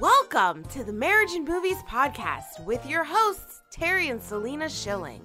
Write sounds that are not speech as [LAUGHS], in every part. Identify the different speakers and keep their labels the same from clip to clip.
Speaker 1: Welcome to the Marriage and Movies Podcast with your hosts, Terry and Selena Schilling.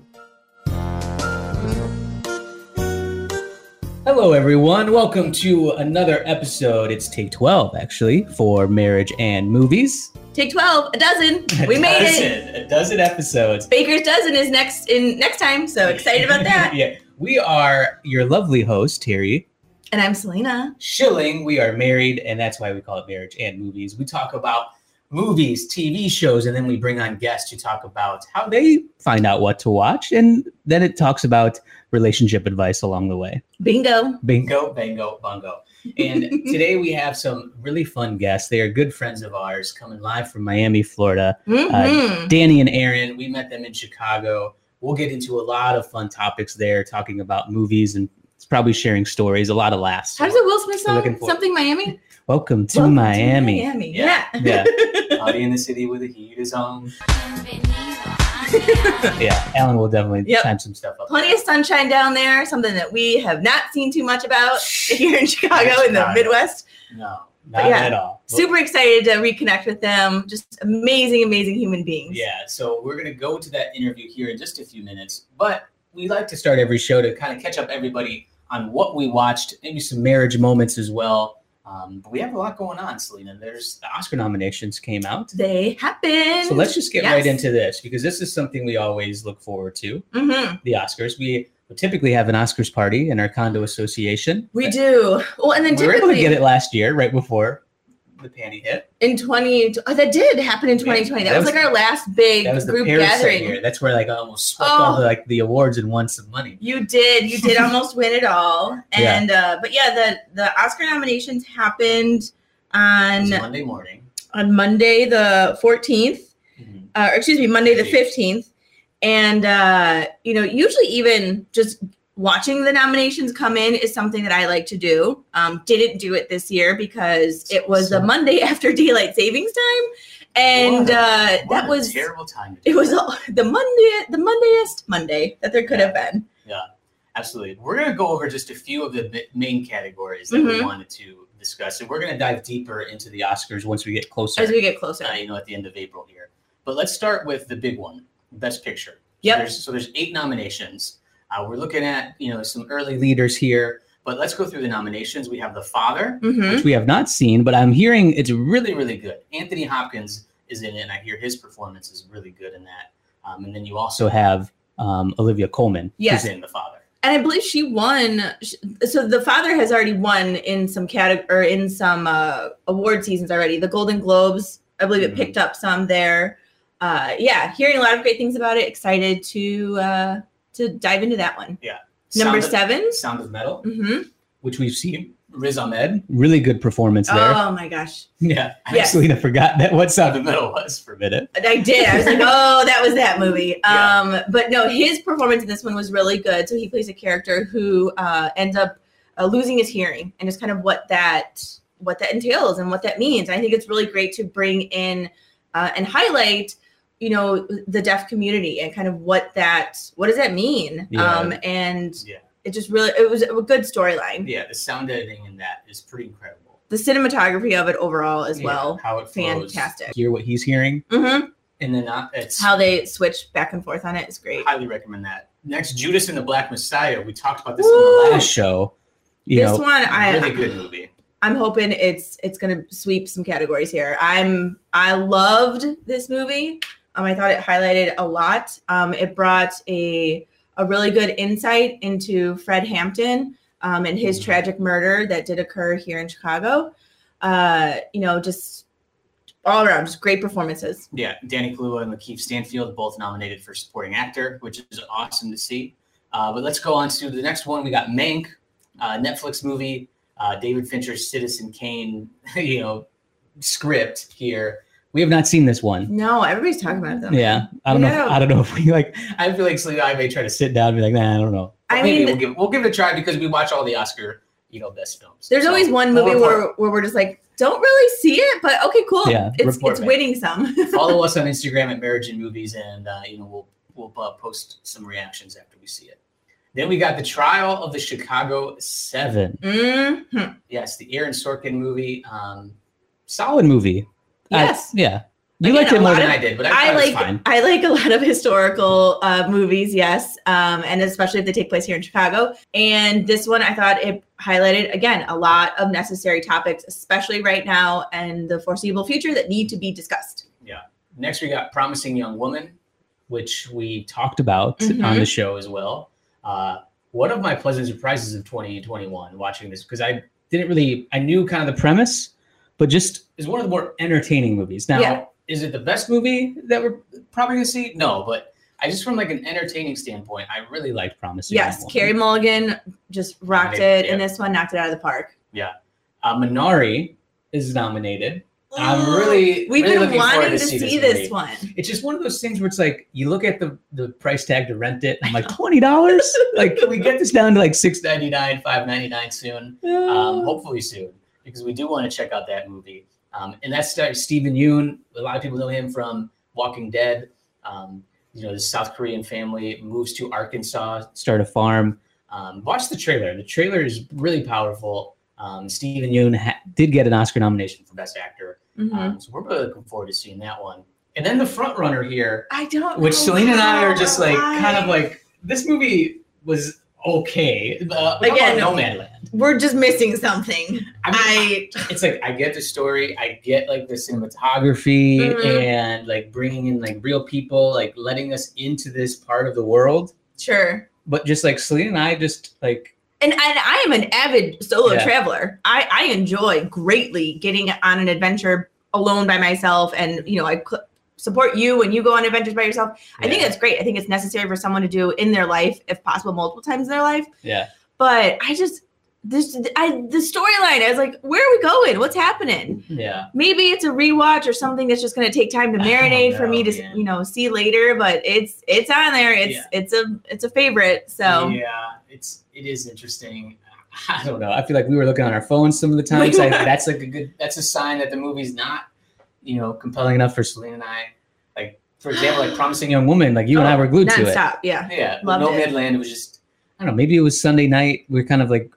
Speaker 2: Hello, everyone. Welcome to another episode. It's take 12, actually, for marriage and movies.
Speaker 3: Take 12, a dozen. We
Speaker 2: A
Speaker 3: made
Speaker 2: dozen,
Speaker 3: it.
Speaker 2: A dozen episodes.
Speaker 3: Baker's dozen is next in next time, so excited about
Speaker 2: [LAUGHS]
Speaker 3: that.
Speaker 2: yeah. We are your lovely host, Terry
Speaker 3: And I'm Selena.
Speaker 2: Schilling. We are married, and that's why we call it marriage and movies. We talk about movies, TV shows, and then we bring on guests to talk about how they find out what to watch. And then it talks about relationship advice along the way.
Speaker 3: Bingo.
Speaker 2: Bingo, bingo, bungo.
Speaker 3: [LAUGHS]
Speaker 2: And today we have some really fun guests. They are good friends of ours coming live from Miami, Florida.
Speaker 3: Mhm.
Speaker 2: Danny and Aaron, we met them in Chicago. We'll get into a lot of fun topics there, talking about movies and probably sharing stories, a lot of laughs.
Speaker 3: How does the Will Smith
Speaker 2: We're looking
Speaker 3: song?
Speaker 2: for-
Speaker 3: Something Miami?
Speaker 2: Welcome to
Speaker 3: Welcome
Speaker 2: Miami.
Speaker 3: Miami.
Speaker 2: Yeah.
Speaker 3: Yeah. [LAUGHS]
Speaker 2: Yeah. Party in the city where the heat is on. [LAUGHS] Yeah, Alan will definitely
Speaker 3: Yep.
Speaker 2: time some stuff up.
Speaker 3: Plenty of sunshine down there, something that we have not seen too much about here in Chicago, in the
Speaker 2: Chicago.
Speaker 3: Midwest.
Speaker 2: No,
Speaker 3: But
Speaker 2: not
Speaker 3: yeah,
Speaker 2: at all.
Speaker 3: Super excited to reconnect with them. Just amazing, amazing human beings.
Speaker 2: Yeah, so we're going to go to that interview here in just a few minutes, but we like to start every show to kind of catch up everybody on what we watched, maybe some marriage moments as well. Um, but we have a lot going on, Selena. There's the Oscar nominations came out.
Speaker 3: They happen.
Speaker 2: So let's just get
Speaker 3: Yes.
Speaker 2: right into this because this is something we always look forward to
Speaker 3: Mhm.
Speaker 2: the Oscars. We typically have an Oscars party in our condo association.
Speaker 3: We do. Well, and then
Speaker 2: We were able to
Speaker 3: typically-
Speaker 2: get it last year, right before the panty hit.
Speaker 3: in 20 oh, that did happen in
Speaker 2: Yeah,
Speaker 3: 2020 that,
Speaker 2: that
Speaker 3: was,
Speaker 2: was-
Speaker 3: like our last big
Speaker 2: That was the
Speaker 3: group
Speaker 2: Parasite
Speaker 3: gathering
Speaker 2: year. That's where like I almost swept all
Speaker 3: Oh.
Speaker 2: the like the awards and won some money.
Speaker 3: you did you
Speaker 2: [LAUGHS]
Speaker 3: did almost win it all
Speaker 2: Yeah.
Speaker 3: and uh but yeah the the oscar nominations happened
Speaker 2: It was
Speaker 3: on
Speaker 2: Monday morning.
Speaker 3: on monday the 14th
Speaker 2: Mhm.
Speaker 3: uh, or excuse me, Monday the fifteenth, and uh, you know, usually even just watching the nominations come in is something that I like to do. Um, didn't do it this year because it was the Monday [LAUGHS] after daylight savings time,
Speaker 2: What
Speaker 3: and
Speaker 2: a-
Speaker 3: uh,
Speaker 2: What
Speaker 3: that
Speaker 2: a
Speaker 3: was
Speaker 2: terrible time. to do
Speaker 3: it was
Speaker 2: that.
Speaker 3: all- the Monday, the Mondayest Monday that there could have been.
Speaker 2: absolutely. We're going to go over just a few of the ma- main categories that we
Speaker 3: Mhm.
Speaker 2: wanted to discuss, and we're going to dive deeper into the Oscars once we get closer.
Speaker 3: As we get closer,
Speaker 2: uh, you know, at the end of April here. But let's start with the big one, Best Picture.
Speaker 3: Yep.
Speaker 2: So there's, so there's eight nominations. Uh, we're looking at you know some early leaders here, but let's go through the nominations. We have The Father,
Speaker 3: hmm
Speaker 2: which we have not seen, but I'm hearing it's really, really good. Anthony Hopkins is in it, and I hear his performance is really good in that. Um, and then you also have um, Olivia Coleman,
Speaker 3: Yes.
Speaker 2: who's in The Father.
Speaker 3: and I believe she won. sh- So the father has already won in some category or in some uh, award seasons already. The Golden Globes, I believe,
Speaker 2: Mhm.
Speaker 3: it picked up some there. Uh, yeah, hearing a lot of great things about it. Excited to uh, to dive into that one. Number
Speaker 2: Sound
Speaker 3: seven.
Speaker 2: Of, Sound of Metal,
Speaker 3: hmm
Speaker 2: which we've seen. Riz Ahmed, really good performance there.
Speaker 3: Oh my gosh,
Speaker 2: [LAUGHS] yeah, I
Speaker 3: Yes.
Speaker 2: actually forgot that what Sound of Metal was for a minute.
Speaker 3: I did. I was like, oh, that was that movie.
Speaker 2: Yeah.
Speaker 3: Um, but no, his performance in this one was really good. So he plays a character who uh, ends up uh, losing his hearing, and just kind of what that what that entails and what that means. And I think it's really great to bring in uh, and highlight, you know, the deaf community and kind of what that what does that mean.
Speaker 2: Yeah.
Speaker 3: Um, and
Speaker 2: Yeah.
Speaker 3: it just really it was a good storyline.
Speaker 2: Yeah, the sound editing in that is pretty incredible
Speaker 3: The cinematography of it overall as
Speaker 2: Yeah,
Speaker 3: well,
Speaker 2: How it flows,
Speaker 3: fantastic.
Speaker 2: Hear what he's hearing,
Speaker 3: hmm
Speaker 2: and then not, it's
Speaker 3: How they switch back and forth on it is great.
Speaker 2: highly recommend that. Next, Judas and the Black Messiah. We talked about this on
Speaker 3: Woo!
Speaker 2: the last show. You
Speaker 3: this
Speaker 2: know,
Speaker 3: one, I
Speaker 2: really good movie.
Speaker 3: I'm hoping it's it's gonna sweep some categories here. I'm I loved this movie. Um, I thought it highlighted a lot. Um, it brought a a really good insight into Fred Hampton um, and his
Speaker 2: Mhm.
Speaker 3: tragic murder that did occur here in Chicago. Uh, you know, just all around, just great performances.
Speaker 2: Yeah, Danny Kaluuya and Lakeith Stanfield both nominated for supporting actor, which is awesome to see. Uh, but let's go on to the next one. We got Mank, uh, Netflix movie, uh, David Fincher's Citizen Kane, [LAUGHS] you know, script here. We have not seen this one.
Speaker 3: No, everybody's talking about it though.
Speaker 2: Yeah, I don't know. If,
Speaker 3: No.
Speaker 2: I don't know if we like. I feel like Selena, I may try to sit down and be like, nah, I don't know. But
Speaker 3: I
Speaker 2: maybe
Speaker 3: mean-
Speaker 2: we'll give we'll give it a try because we watch all the Oscar, you know, best films.
Speaker 3: There's
Speaker 2: So,
Speaker 3: always one
Speaker 2: we'll
Speaker 3: movie
Speaker 2: report-
Speaker 3: where, where we're just like, don't really see it, but okay, cool.
Speaker 2: Yeah,
Speaker 3: it's
Speaker 2: report
Speaker 3: it's
Speaker 2: back.
Speaker 3: winning some.
Speaker 2: [LAUGHS]
Speaker 3: [LAUGHS]
Speaker 2: follow us on Instagram at Marriage and Movies, and uh, you know we'll we'll uh, post some reactions after we see it. Then we got the trial of the Chicago Seven.
Speaker 3: Mhm.
Speaker 2: Uh, Yes, the Aaron Sorkin movie. Um,
Speaker 4: solid movie. I-
Speaker 3: Yes.
Speaker 4: yeah.
Speaker 5: You liked it
Speaker 3: a
Speaker 5: more
Speaker 3: lot
Speaker 5: than
Speaker 3: of-
Speaker 2: I did, but I, thought
Speaker 3: I
Speaker 2: it was
Speaker 3: like
Speaker 2: fine.
Speaker 3: I like a lot of historical uh, movies, yes, um, and especially if they take place here in Chicago. And this one, I thought it highlighted again a lot of necessary topics, especially right now and the foreseeable future that need to be discussed.
Speaker 2: Next, we got Promising Young Woman, which we talked about on
Speaker 3: Mhm.
Speaker 2: the show as well. Uh, one of my pleasant surprises of 2021 watching this, because I didn't really, I knew kind of the premise, but just is one of the more entertaining movies. Now,
Speaker 3: Yeah.
Speaker 2: is it the best movie that we're probably going to see? No, but I just from like an entertaining standpoint, I really liked Promising
Speaker 3: yes,
Speaker 2: Young Woman.
Speaker 3: Carrie Mulligan just rocked
Speaker 2: Nominated,
Speaker 3: it, and
Speaker 2: yeah.
Speaker 3: this one knocked it out of the park.
Speaker 2: Uh, Minari is nominated. I'm really-
Speaker 3: we've
Speaker 2: really
Speaker 3: been
Speaker 2: looking forward
Speaker 3: wanting
Speaker 2: to
Speaker 3: to
Speaker 2: see
Speaker 3: see,
Speaker 2: this
Speaker 3: this,
Speaker 2: movie.
Speaker 3: one.
Speaker 2: It's just one of those things where it's like you look at the the price tag to rent it. I'm like twenty dollars. like can we get this down to like six ninety nine, five ninety nine soon.
Speaker 3: Uh.
Speaker 2: Um,
Speaker 3: [GASPS]
Speaker 2: hopefully soon because we do want to check out that movie. Um, and that's uh, Stephen Yoon. A lot of people know him from Walking Dead. Um, you know, the South Korean family moves to Arkansas, start a farm. Um, watch the trailer. The trailer is really powerful. Um, Stephen Yoon ha- did get an Oscar nomination for Best Actor.
Speaker 3: Mhm.
Speaker 2: Um, so we're really looking forward to seeing that one. And then the front runner here,
Speaker 3: I don't.
Speaker 2: which
Speaker 3: know
Speaker 2: Selena and I
Speaker 3: how
Speaker 2: are just
Speaker 3: or
Speaker 2: like kind
Speaker 3: why.
Speaker 2: of like this movie was okay. Uh,
Speaker 3: Again,
Speaker 2: Again, No Man Land.
Speaker 3: we're just missing something.
Speaker 2: I mean,
Speaker 3: I
Speaker 2: [LAUGHS] it's like I get the story, I get like the cinematography
Speaker 3: Mhm.
Speaker 2: and like bringing in like real people, like letting us into this part of the world.
Speaker 3: sure.
Speaker 5: but just like Selena and I just like
Speaker 3: and, and I am an avid solo
Speaker 5: Yeah.
Speaker 3: traveler. I, I enjoy greatly getting on an adventure alone by myself. And, you know, I cl- support you when you go on adventures by yourself. I think
Speaker 2: Yeah.
Speaker 3: that's great. I think it's necessary for someone to do in their life, if possible, multiple times in their life.
Speaker 5: Yeah.
Speaker 3: But I just, this, I, the storyline, I was like, where are we going? What's happening?
Speaker 2: yeah.
Speaker 3: Maybe it's a rewatch or something that's just going to take time to
Speaker 2: I don't
Speaker 3: marinate for
Speaker 2: know,
Speaker 3: me to,
Speaker 2: man.
Speaker 3: you know, see later, but it's, it's on there. It's, it's a, it's a favorite.
Speaker 5: Oh,
Speaker 3: So
Speaker 2: yeah, it's it is interesting.
Speaker 5: [LAUGHS] I don't know. I feel like we were looking on our phones some of the times.
Speaker 3: [LAUGHS]
Speaker 5: I, that's like a good
Speaker 2: that's a sign that the movie's not, you know, compelling enough for Selena and I. Like, for example, like promising young
Speaker 5: young woman. Like you and I were glued to it.
Speaker 3: Oh, nonstop. Yeah.
Speaker 2: yeah,
Speaker 3: Loved
Speaker 2: no
Speaker 3: it.
Speaker 2: Midland. It was just
Speaker 5: I don't know. Maybe it was Sunday night. We are kind of like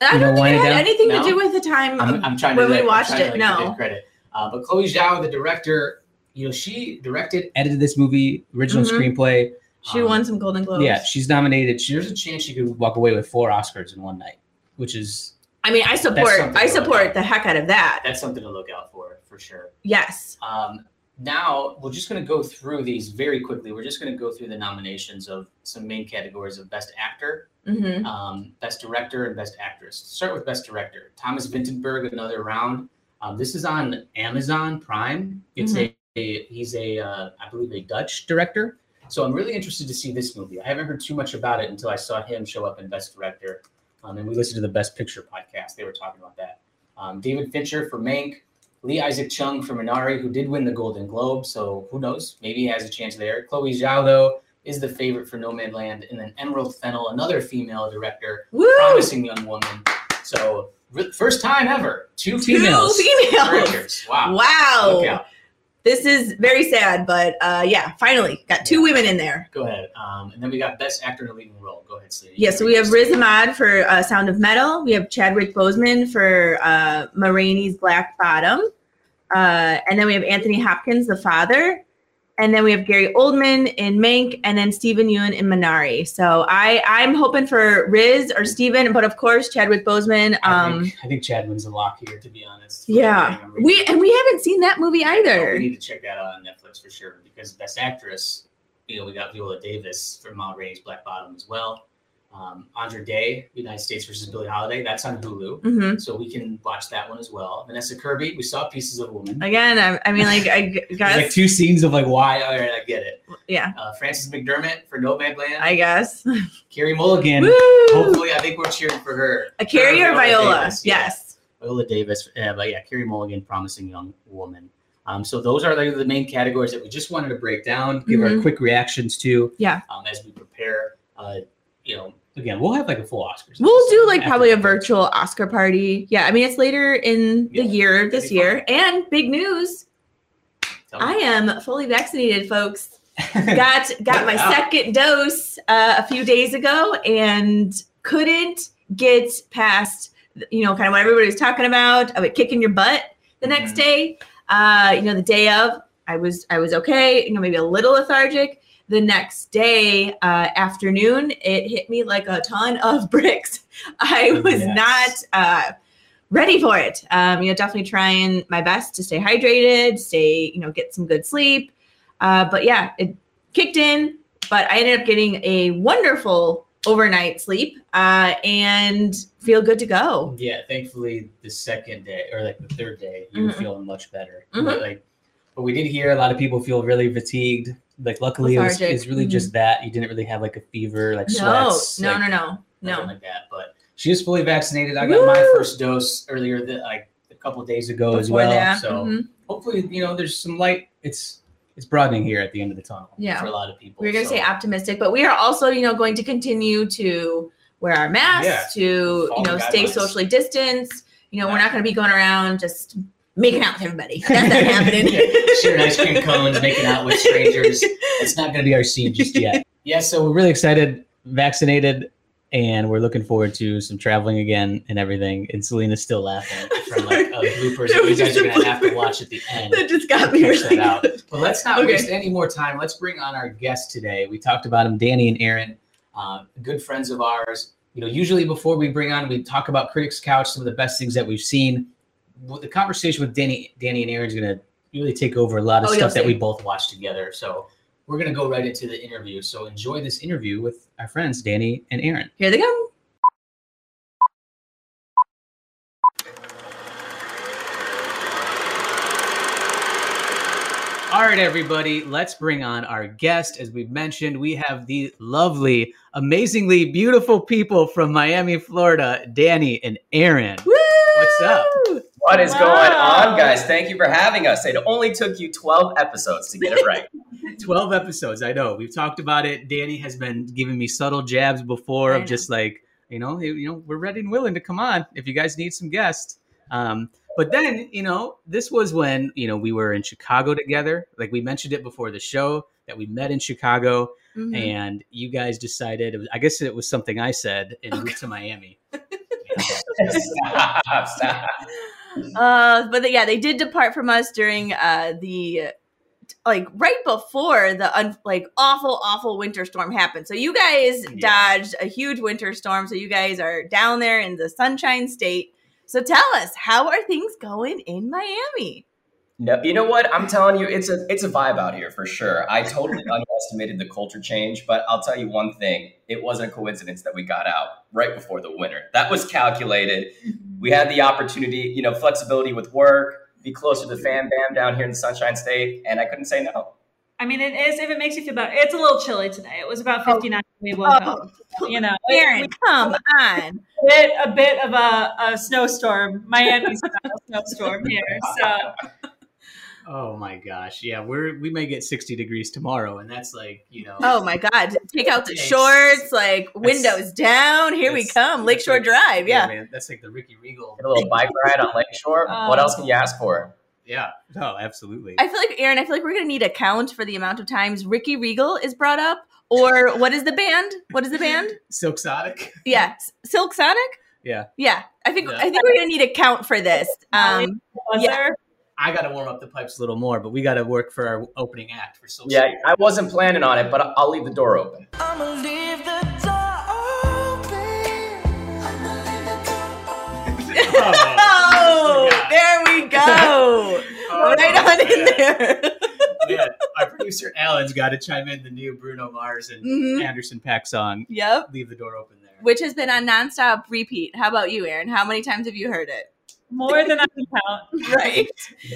Speaker 3: I
Speaker 5: You
Speaker 3: don't
Speaker 5: know,
Speaker 3: think it
Speaker 5: wind it
Speaker 3: had
Speaker 5: down?
Speaker 3: anything
Speaker 2: No.
Speaker 3: to do with the time.
Speaker 2: I'm,
Speaker 3: of-
Speaker 2: I'm trying
Speaker 3: Um, When
Speaker 2: to
Speaker 3: we
Speaker 2: like, I'm
Speaker 3: watched
Speaker 2: trying to,
Speaker 3: it,
Speaker 2: like, give
Speaker 3: no.
Speaker 2: credit. Uh, but Chloe Zhao, the director, you know, she directed.
Speaker 5: edited this movie, original
Speaker 3: Mhm.
Speaker 5: screenplay.
Speaker 3: she
Speaker 2: um,
Speaker 3: won some Golden Globes.
Speaker 5: Yeah, she's nominated. She,
Speaker 2: There's a chance she
Speaker 5: she
Speaker 2: could.
Speaker 5: could walk away with four Oscars in one night, which is
Speaker 3: I mean, I support.
Speaker 2: something
Speaker 3: I
Speaker 2: really
Speaker 3: support
Speaker 2: good.
Speaker 3: the heck out of that.
Speaker 2: That's something to look out for, for sure.
Speaker 3: Yes.
Speaker 2: Um, now we're just going to go through these very quickly. We're just going to go through the nominations of some main categories of Best Actor,
Speaker 3: Mm-hmm.
Speaker 2: um, Best Director and Best Actress. Start with Best Director. Thomas Vinterberg, another round. Um, this is on Amazon Prime. It's a, a- he's a uh, I believe a Dutch director. So I'm really interested to see this movie. I haven't heard too much about it until I saw him show up in Best Director, um, and we listened to the Best Picture podcast. They were talking about that. Um, David Fincher for Mank. Lee Isaac Chung for Minari, who did win the Golden Globe, so who knows? Maybe he has a chance there. Chloe Zhao, though, is the favorite for No Man Land, and then Emerald Fennel, another female director,
Speaker 3: Woo!
Speaker 2: promising young woman. So re- first time ever, two
Speaker 3: Two
Speaker 2: females.
Speaker 3: females.
Speaker 2: Directors. Wow.
Speaker 3: Wow.
Speaker 2: Look out.
Speaker 3: This is very sad, but uh, yeah, finally got two
Speaker 2: Yeah.
Speaker 3: women in there.
Speaker 2: Go ahead. Um, and then we got best actor in a leading role. Go ahead, Selena.
Speaker 3: Yeah, so we have Riz Ahmed for uh, Sound of Metal. We have Chadwick Boseman for uh, Ma Rainey's Black Bottom. Uh, and then we have Anthony Hopkins, the father. And then we have Gary Oldman in Mank, and then Stephen Ewan in Minari. So I, I'm hoping for Riz or Steven, but of course Chadwick Boseman.
Speaker 2: I
Speaker 3: Um,
Speaker 2: think, I think Chad wins a lock here, to be honest.
Speaker 3: yeah,
Speaker 2: I'm really-
Speaker 3: we and we haven't seen that movie
Speaker 2: Oh, we
Speaker 3: either.
Speaker 2: need to check that out on Netflix for sure because Best Actress, you know, we got Viola Davis for Ma Rainey's Black Bottom as well. Um, Andre Day, United States versus Billie Holiday, that's on Hulu,
Speaker 3: hmm
Speaker 2: so we can watch that one as well. Vanessa Kirby, we saw Pieces of a Woman.
Speaker 3: Again, I, I mean, like
Speaker 2: [LAUGHS]
Speaker 3: I g-
Speaker 2: There's
Speaker 3: guess,
Speaker 2: like two scenes of like why. All right, I get it.
Speaker 3: yeah,
Speaker 2: Uh, Frances McDermott for No Man Land.
Speaker 3: I guess.
Speaker 2: Carrie Mulligan.
Speaker 3: Woo!
Speaker 2: Hopefully, I think we're cheering for her.
Speaker 3: A Carrie or
Speaker 2: Viola
Speaker 3: Viola?
Speaker 2: Davis, yeah.
Speaker 3: Yes.
Speaker 2: Viola Davis, uh, but yeah, Carrie Mulligan, promising young woman. Um, so those are like the main categories that we just wanted to break down, give our
Speaker 3: Mhm.
Speaker 2: quick reactions to.
Speaker 3: Yeah.
Speaker 2: Um, as we prepare, uh, you know, again, we'll have like a full Oscars.
Speaker 3: We'll do
Speaker 2: episode
Speaker 3: like
Speaker 2: after
Speaker 3: probably a
Speaker 2: the-
Speaker 3: virtual Oscar party. Yeah, I mean it's later in
Speaker 2: Yeah,
Speaker 3: the year
Speaker 2: that'd
Speaker 3: this
Speaker 2: be
Speaker 3: year. And big news,
Speaker 2: Tell
Speaker 3: I
Speaker 2: me.
Speaker 3: am fully vaccinated, folks. Got got my
Speaker 2: Wow.
Speaker 3: second dose uh, a few days ago and couldn't get past you know kind of what everybody was talking about of it kicking your butt the next
Speaker 2: Mhm.
Speaker 3: day. Uh, you know the day of I was I was okay, you know, maybe a little lethargic. The next day uh, afternoon, it hit me like a ton of [LAUGHS] bricks. I was
Speaker 6: Yes.
Speaker 3: not uh, ready for it. Um, you know, definitely trying my best to stay hydrated, stay you know, get some good sleep. Uh, but yeah, it kicked in. But I ended up getting a wonderful overnight sleep uh, and feel good to go.
Speaker 6: Oh, Yeah, thankfully the second day or like the third day, you were
Speaker 3: Mhm.
Speaker 6: feeling much better.
Speaker 3: Mhm.
Speaker 6: But like
Speaker 2: But we did hear a lot of people feel really fatigued. Like luckily it was, it
Speaker 3: Lethargic. Mm-hmm.
Speaker 2: was really just that. You didn't really have like a fever, like
Speaker 3: No,
Speaker 2: sweats.
Speaker 3: no,
Speaker 2: like,
Speaker 3: no, no,
Speaker 6: nothing
Speaker 3: no.
Speaker 6: like that. But she was fully vaccinated. I got my
Speaker 3: Woo!
Speaker 6: first dose earlier that like a couple days ago as
Speaker 3: Before
Speaker 6: well.
Speaker 3: that,
Speaker 6: So
Speaker 3: mhm.
Speaker 6: hopefully, you know, there's some light
Speaker 2: It's it's broadening here at the end of the tunnel.
Speaker 3: yeah,
Speaker 6: for a lot of people.
Speaker 3: we are gonna
Speaker 6: So
Speaker 3: say optimistic, but we are also, you know, going to continue to wear our masks, to
Speaker 6: Follow
Speaker 3: you know,
Speaker 6: the
Speaker 3: stay
Speaker 6: guidelines.
Speaker 3: socially distanced. You know, we're
Speaker 6: Yeah.
Speaker 3: not gonna be going around just making out with everybody. That's
Speaker 6: [LAUGHS]
Speaker 3: not happening.
Speaker 6: Yeah, sharing ice cream cones, making out with strangers. It's not going to be our scene just
Speaker 2: [LAUGHS]
Speaker 6: yet. Yeah,
Speaker 2: So
Speaker 6: so
Speaker 2: we're really excited, vaccinated, and we're looking forward to some traveling again and everything. And Selena's still laughing from like uh,
Speaker 3: [LAUGHS]
Speaker 2: bloopers
Speaker 3: There
Speaker 2: that you
Speaker 3: was
Speaker 2: guys
Speaker 3: just
Speaker 2: are
Speaker 3: a
Speaker 2: gonna have to
Speaker 3: blooper.
Speaker 2: watch at the end.
Speaker 3: [LAUGHS] [LAUGHS] that just got me
Speaker 2: Catch
Speaker 3: really
Speaker 2: that out.
Speaker 3: good.
Speaker 6: But let's not
Speaker 3: Okay.
Speaker 6: waste any more time. Let's bring on our guest today. We talked about him, Danny and Aaron, uh, good friends of ours. You know, usually before we bring on, we talk about Critics Couch, some of the best things that we've seen. Well, the conversation with Danny, Danny and Aaron is going to really take over a lot of
Speaker 3: Oh, you'll
Speaker 2: stuff that
Speaker 3: see.
Speaker 2: we both.
Speaker 6: both watched together. So we're going to go right into the interview. So enjoy this interview with our friends, Danny and Aaron.
Speaker 3: Here they go.
Speaker 2: All right, everybody, let's bring on our guest. As we've mentioned, we have the lovely, amazingly beautiful people from Miami, Florida, Danny and Aaron.
Speaker 3: Woo!
Speaker 2: What's up?
Speaker 7: What is
Speaker 3: Wow.
Speaker 7: going on, guys? Thank you for having us. It only took you 12 episodes to get it right.
Speaker 2: 12 episodes. I know. We've talked about it. Danny has been giving me subtle jabs before
Speaker 3: I
Speaker 2: of
Speaker 3: know.
Speaker 2: just like, you know, you you know, we're ready and willing to come on if you guys need some guests. Um, but then, you know, this was when, you know, we were in Chicago together. Like we mentioned it before the show that we met in Chicago
Speaker 3: Mhm.
Speaker 2: and you guys decided, it was, I guess it was something I said and moved to
Speaker 3: [LAUGHS]
Speaker 2: Miami.
Speaker 7: Stop, stop.
Speaker 3: [LAUGHS] uh, but they- yeah, they did depart from us during uh, the like right before the un- like awful, awful winter storm happened. So you guys
Speaker 6: Yeah.
Speaker 3: dodged a huge winter storm. So you guys are down there in the Sunshine State. So tell us, how are things going in Miami?
Speaker 7: No, you know what? I'm telling you, it's a it's a vibe out here for sure. I totally [LAUGHS] underestimated the culture change, but I'll tell you one thing: it wasn't a coincidence that we got out right before the winter. That was calculated. We had the opportunity, you know, flexibility with work, be closer to the fam bam down here in the Sunshine State, and I couldn't say no.
Speaker 8: I mean, it is if it makes you feel better. It's a little chilly today. It was about
Speaker 3: Oh.
Speaker 8: 59 when we woke
Speaker 3: Oh,
Speaker 8: up.
Speaker 3: [LAUGHS]
Speaker 8: You know,
Speaker 3: Aaron, come on.
Speaker 8: we hit a bit of a, a snowstorm, Miami style [LAUGHS] snowstorm here. So
Speaker 2: Oh my gosh. Yeah, we're we may get 60 degrees tomorrow and that's like, you know,
Speaker 3: Oh my God. Take out the
Speaker 2: Yes.
Speaker 3: shorts, like windows down. Here we
Speaker 2: That's-
Speaker 3: come. Lakeshore
Speaker 2: that's like-
Speaker 3: Drive. Yeah.
Speaker 2: man, that's like the Ricky Regal
Speaker 7: Get a little bike ride on Lakeshore. what
Speaker 8: Oh.
Speaker 7: else can you ask for?
Speaker 2: Yeah. No, absolutely.
Speaker 3: I feel like Aaron. I feel like we're gonna need a count for the amount of times Ricky Regal is brought up, or what is the band? What is
Speaker 2: [LAUGHS]
Speaker 3: the band?
Speaker 2: Silk Sonic.
Speaker 3: Yeah, S- Silk Sonic.
Speaker 2: Yeah.
Speaker 3: yeah. I think
Speaker 2: Yeah.
Speaker 3: I think we're gonna need a count for this. Um,
Speaker 8: was
Speaker 3: Yeah.
Speaker 8: there?
Speaker 2: I got to warm up the pipes a little more, but we got to work for our opening act for Silk
Speaker 7: Yeah, I wasn't planning on it, but I- I'll leave the door open.
Speaker 2: [LAUGHS] Sonic.
Speaker 3: [LAUGHS]
Speaker 2: Oh,
Speaker 3: oh,
Speaker 2: Yeah.
Speaker 3: there
Speaker 2: [LAUGHS]
Speaker 3: we go.
Speaker 2: oh,
Speaker 3: right on in
Speaker 2: man.
Speaker 3: there.
Speaker 2: Man, our producer Alan's got to chime in the new Bruno Mars and
Speaker 3: Mhm.
Speaker 2: Anderson Pack song.
Speaker 3: Yep.
Speaker 2: Leave the door open there.
Speaker 3: Which has been on nonstop repeat. How about you, Aaron? How many times have you heard it?
Speaker 8: More than I can
Speaker 3: [LAUGHS]
Speaker 8: count.
Speaker 3: Right.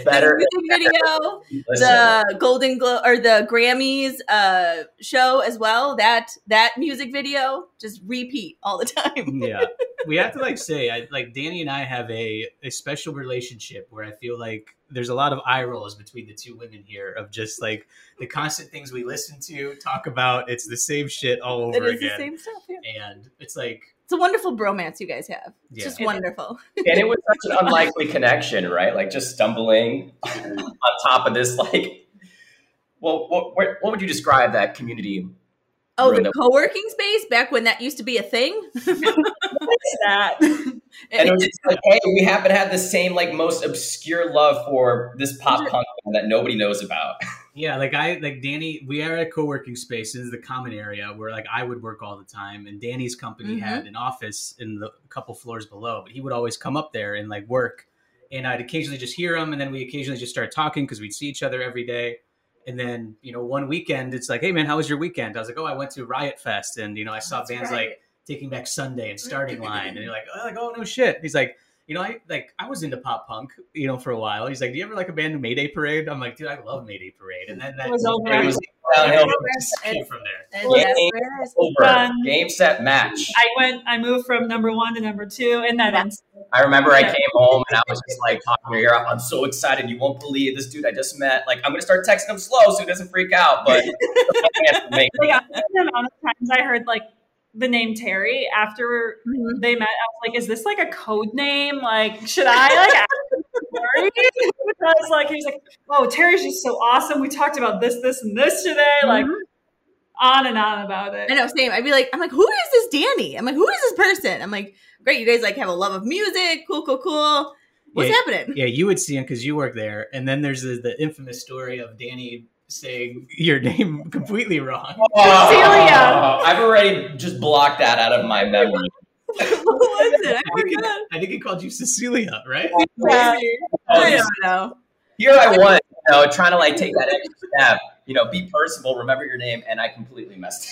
Speaker 7: Better
Speaker 3: The music video.
Speaker 7: listen.
Speaker 3: the Golden Globe or the Grammys uh, show as well. That that music video just repeat all the [LAUGHS] time.
Speaker 2: [LAUGHS] yeah, we have to like say, I, like Danny and I have a a special relationship where I feel like there's a lot of eye rolls between the two women here of just like the constant things we listen to, talk about. It's the same shit all
Speaker 3: It
Speaker 2: over
Speaker 3: is
Speaker 2: again,
Speaker 3: the same stuff. yeah.
Speaker 2: and it's like
Speaker 3: It's a wonderful bromance you guys have. It's
Speaker 2: yeah.
Speaker 3: just wonderful.
Speaker 7: and it was such an unlikely connection, right? Like just stumbling on top of this, like, well, what, what, what would you describe that community?
Speaker 3: Oh,
Speaker 7: Right
Speaker 3: the
Speaker 7: up.
Speaker 3: co-working space back when that used to be a thing.
Speaker 8: What is that?
Speaker 7: And it was just like, hey, we happen to have the same like most obscure love for this pop punk band that nobody knows about.
Speaker 2: Yeah, like I like Danny. We are at a co-working space. This is the common area where like I would work all the time, and Danny's company
Speaker 3: Mhm.
Speaker 2: had an office in the a couple floors below. But he would always come up there and like work, and I'd occasionally just hear him, and then we occasionally just start talking because we'd see each other every day. And then you know one weekend, it's like, hey man, how was your weekend? I was like, oh, I went to Riot Fest, and you know I saw
Speaker 3: That's
Speaker 2: bands
Speaker 3: right.
Speaker 2: like Taking Back Sunday and
Speaker 3: [LAUGHS]
Speaker 2: Starting Line, and you're like, oh, like, oh no shit. He's like, you know, I like I was into pop punk, you know, for a while. He's like, do you ever like a band Mayday Parade? I'm like, dude, I love Mayday Parade, and then that
Speaker 8: It was over.
Speaker 7: It was downhill.
Speaker 2: everything just came from there.
Speaker 3: And that's
Speaker 7: Yeah.
Speaker 3: where it's-
Speaker 7: Over.
Speaker 8: Done.
Speaker 7: Game set match.
Speaker 8: I went. I moved from number one to number two, and that ends.
Speaker 7: I remember I
Speaker 8: Yeah.
Speaker 7: came home and I was just like talking to her. I'm so excited. You won't believe this dude I just met. Like, I'm gonna start texting him slow so he doesn't freak out. But [LAUGHS]
Speaker 8: Like, I- the amount of times I heard like the name Terry after
Speaker 3: Mhm.
Speaker 8: they met, I was like, "Is this like a code name? Like, should I like?" ask Terry? [LAUGHS] Because like he was like, "Oh, Terry's just so awesome. We talked about this, this, and this today." Like,
Speaker 3: Mm-hmm.
Speaker 8: on and on about it.
Speaker 3: I know, same. I'd be like, I'm like, who is this Danny? I'm like, who is this person? I'm like, great, you guys like have a love of music, cool, cool, cool. What's
Speaker 2: Yeah.
Speaker 3: happening?
Speaker 2: Yeah, you would see him because you work there, and then there's the, the infamous story of Danny saying your name [LAUGHS] completely wrong.
Speaker 3: Oh
Speaker 8: Celia.
Speaker 7: Oh, I've already just blocked that out of my memory.
Speaker 3: [LAUGHS] what was it? I
Speaker 2: I think,
Speaker 3: forgot.
Speaker 2: [LAUGHS] I think he called you Cecilia, right?
Speaker 8: Yeah.
Speaker 3: Maybe.
Speaker 7: Oh,
Speaker 3: I
Speaker 7: this-
Speaker 3: don't know.
Speaker 7: here I was, you know, trying to like take that extra step. You know, be personable, remember your name, and I completely messed.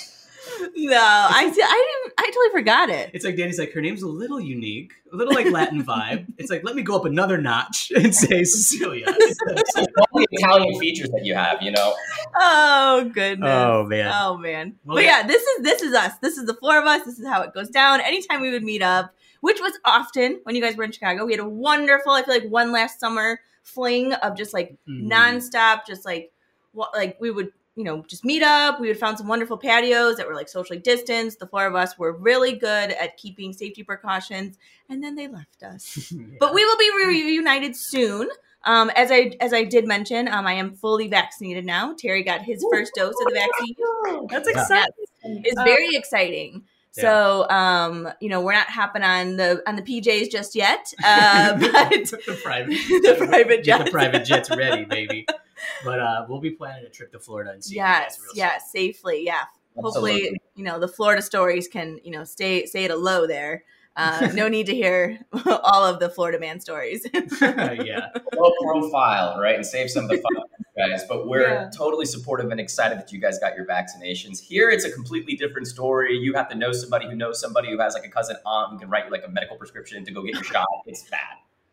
Speaker 3: No, I, t- I didn't. I totally forgot it.
Speaker 2: It's like Danny's like her name's a little unique, a little like Latin [LAUGHS] vibe. It's like let me go up another notch and [LAUGHS] say Cecilia. instead of
Speaker 7: It
Speaker 2: Celia.
Speaker 7: up. All [LAUGHS] the Italian features that you have, you know.
Speaker 3: Oh goodness.
Speaker 2: [LAUGHS] oh man,
Speaker 3: Oh man.
Speaker 2: Well,
Speaker 3: but
Speaker 2: yeah.
Speaker 3: yeah, this is this is us. This is the four of us. This is how it goes down. Anytime we would meet up, which was often when you guys were in Chicago, we had a wonderful, I feel like one last summer fling of just like
Speaker 2: Mhm. [LAUGHS]
Speaker 3: nonstop, just like what like we would, you know, just meet up. We would found some wonderful patios that were like socially distanced. The four of us were really good at keeping safety precautions, and then they left us.
Speaker 2: Yeah. Mm.
Speaker 3: But we will be reunited soon. Um, as I as I did mention, um, I am fully vaccinated now. Terry got his first dose of the vaccine.
Speaker 8: [GASPS] That's
Speaker 2: Yeah.
Speaker 8: exciting.
Speaker 3: It's
Speaker 8: Uh,
Speaker 3: very exciting. So, um, you know, we're not hopping on the on the PJs just yet,
Speaker 2: [LAUGHS]
Speaker 3: uh, but
Speaker 2: the
Speaker 3: [LAUGHS]
Speaker 2: private,
Speaker 3: The
Speaker 2: Get
Speaker 3: private jets.
Speaker 2: the private jets ready, baby. But uh, we'll be planning a trip to Florida and see. you guys
Speaker 3: [LAUGHS] yes,
Speaker 2: real soon.
Speaker 3: yes, safely, yeah. Hopefully,
Speaker 7: Absolutely.
Speaker 3: you know the Florida stories can you know stay stay at a low there.
Speaker 2: [LAUGHS]
Speaker 3: Uh, no need to hear [LAUGHS] all of the Florida man stories. [LAUGHS]
Speaker 2: [LAUGHS] yeah.
Speaker 7: low profile, right, and save some of the fun, guys. But we're
Speaker 8: Yeah.
Speaker 7: totally supportive and excited that you guys got your vaccinations. Here, it's a completely different story. You have to know somebody who knows somebody who has like a cousin aunt who can write you like a medical prescription to go get your shot. It's bad.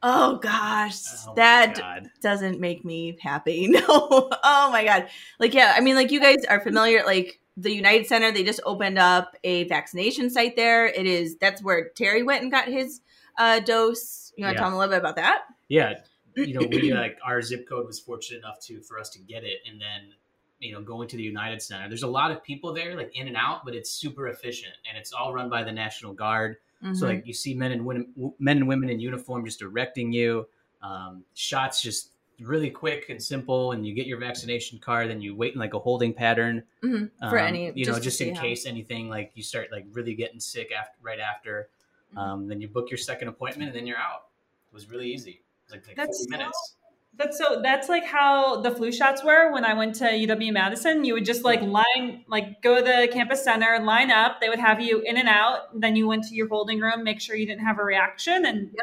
Speaker 3: oh gosh,
Speaker 2: Oh my
Speaker 3: that
Speaker 2: God.
Speaker 3: doesn't make me happy. [LAUGHS] No. oh my god. Like yeah, I mean like you guys are familiar like the United Center, they just opened up a vaccination site there. It is that's where Terry went and got his uh dose. You want
Speaker 2: Yeah.
Speaker 3: to tell him a little bit about that?
Speaker 2: Yeah, you know, we like our zip code was fortunate enough to for us to get it, and then you know going to the United Center. There's a lot of people there, like in and out, but it's super efficient, and it's all run by the National Guard. So
Speaker 3: Mhm.
Speaker 2: like you see men and women, men and women in uniform just directing you. Um, shots just really quick and simple, and you get your vaccination card, then you wait in like a holding pattern. um,
Speaker 3: Mhm. for any
Speaker 2: you know
Speaker 3: to
Speaker 2: just, in
Speaker 3: see how-
Speaker 2: case anything like you start like really getting sick after right after
Speaker 3: Mm-hmm.
Speaker 2: um, then you book your second appointment and then you're out it was really easy it was like, like
Speaker 8: That's
Speaker 2: 40 minutes
Speaker 8: That's so. That's like how the flu shots were when I went to UW Madison. You would just like line, like go to the campus center, line up. They would have you in and out. Then you went to your holding room, make sure you didn't have a reaction, and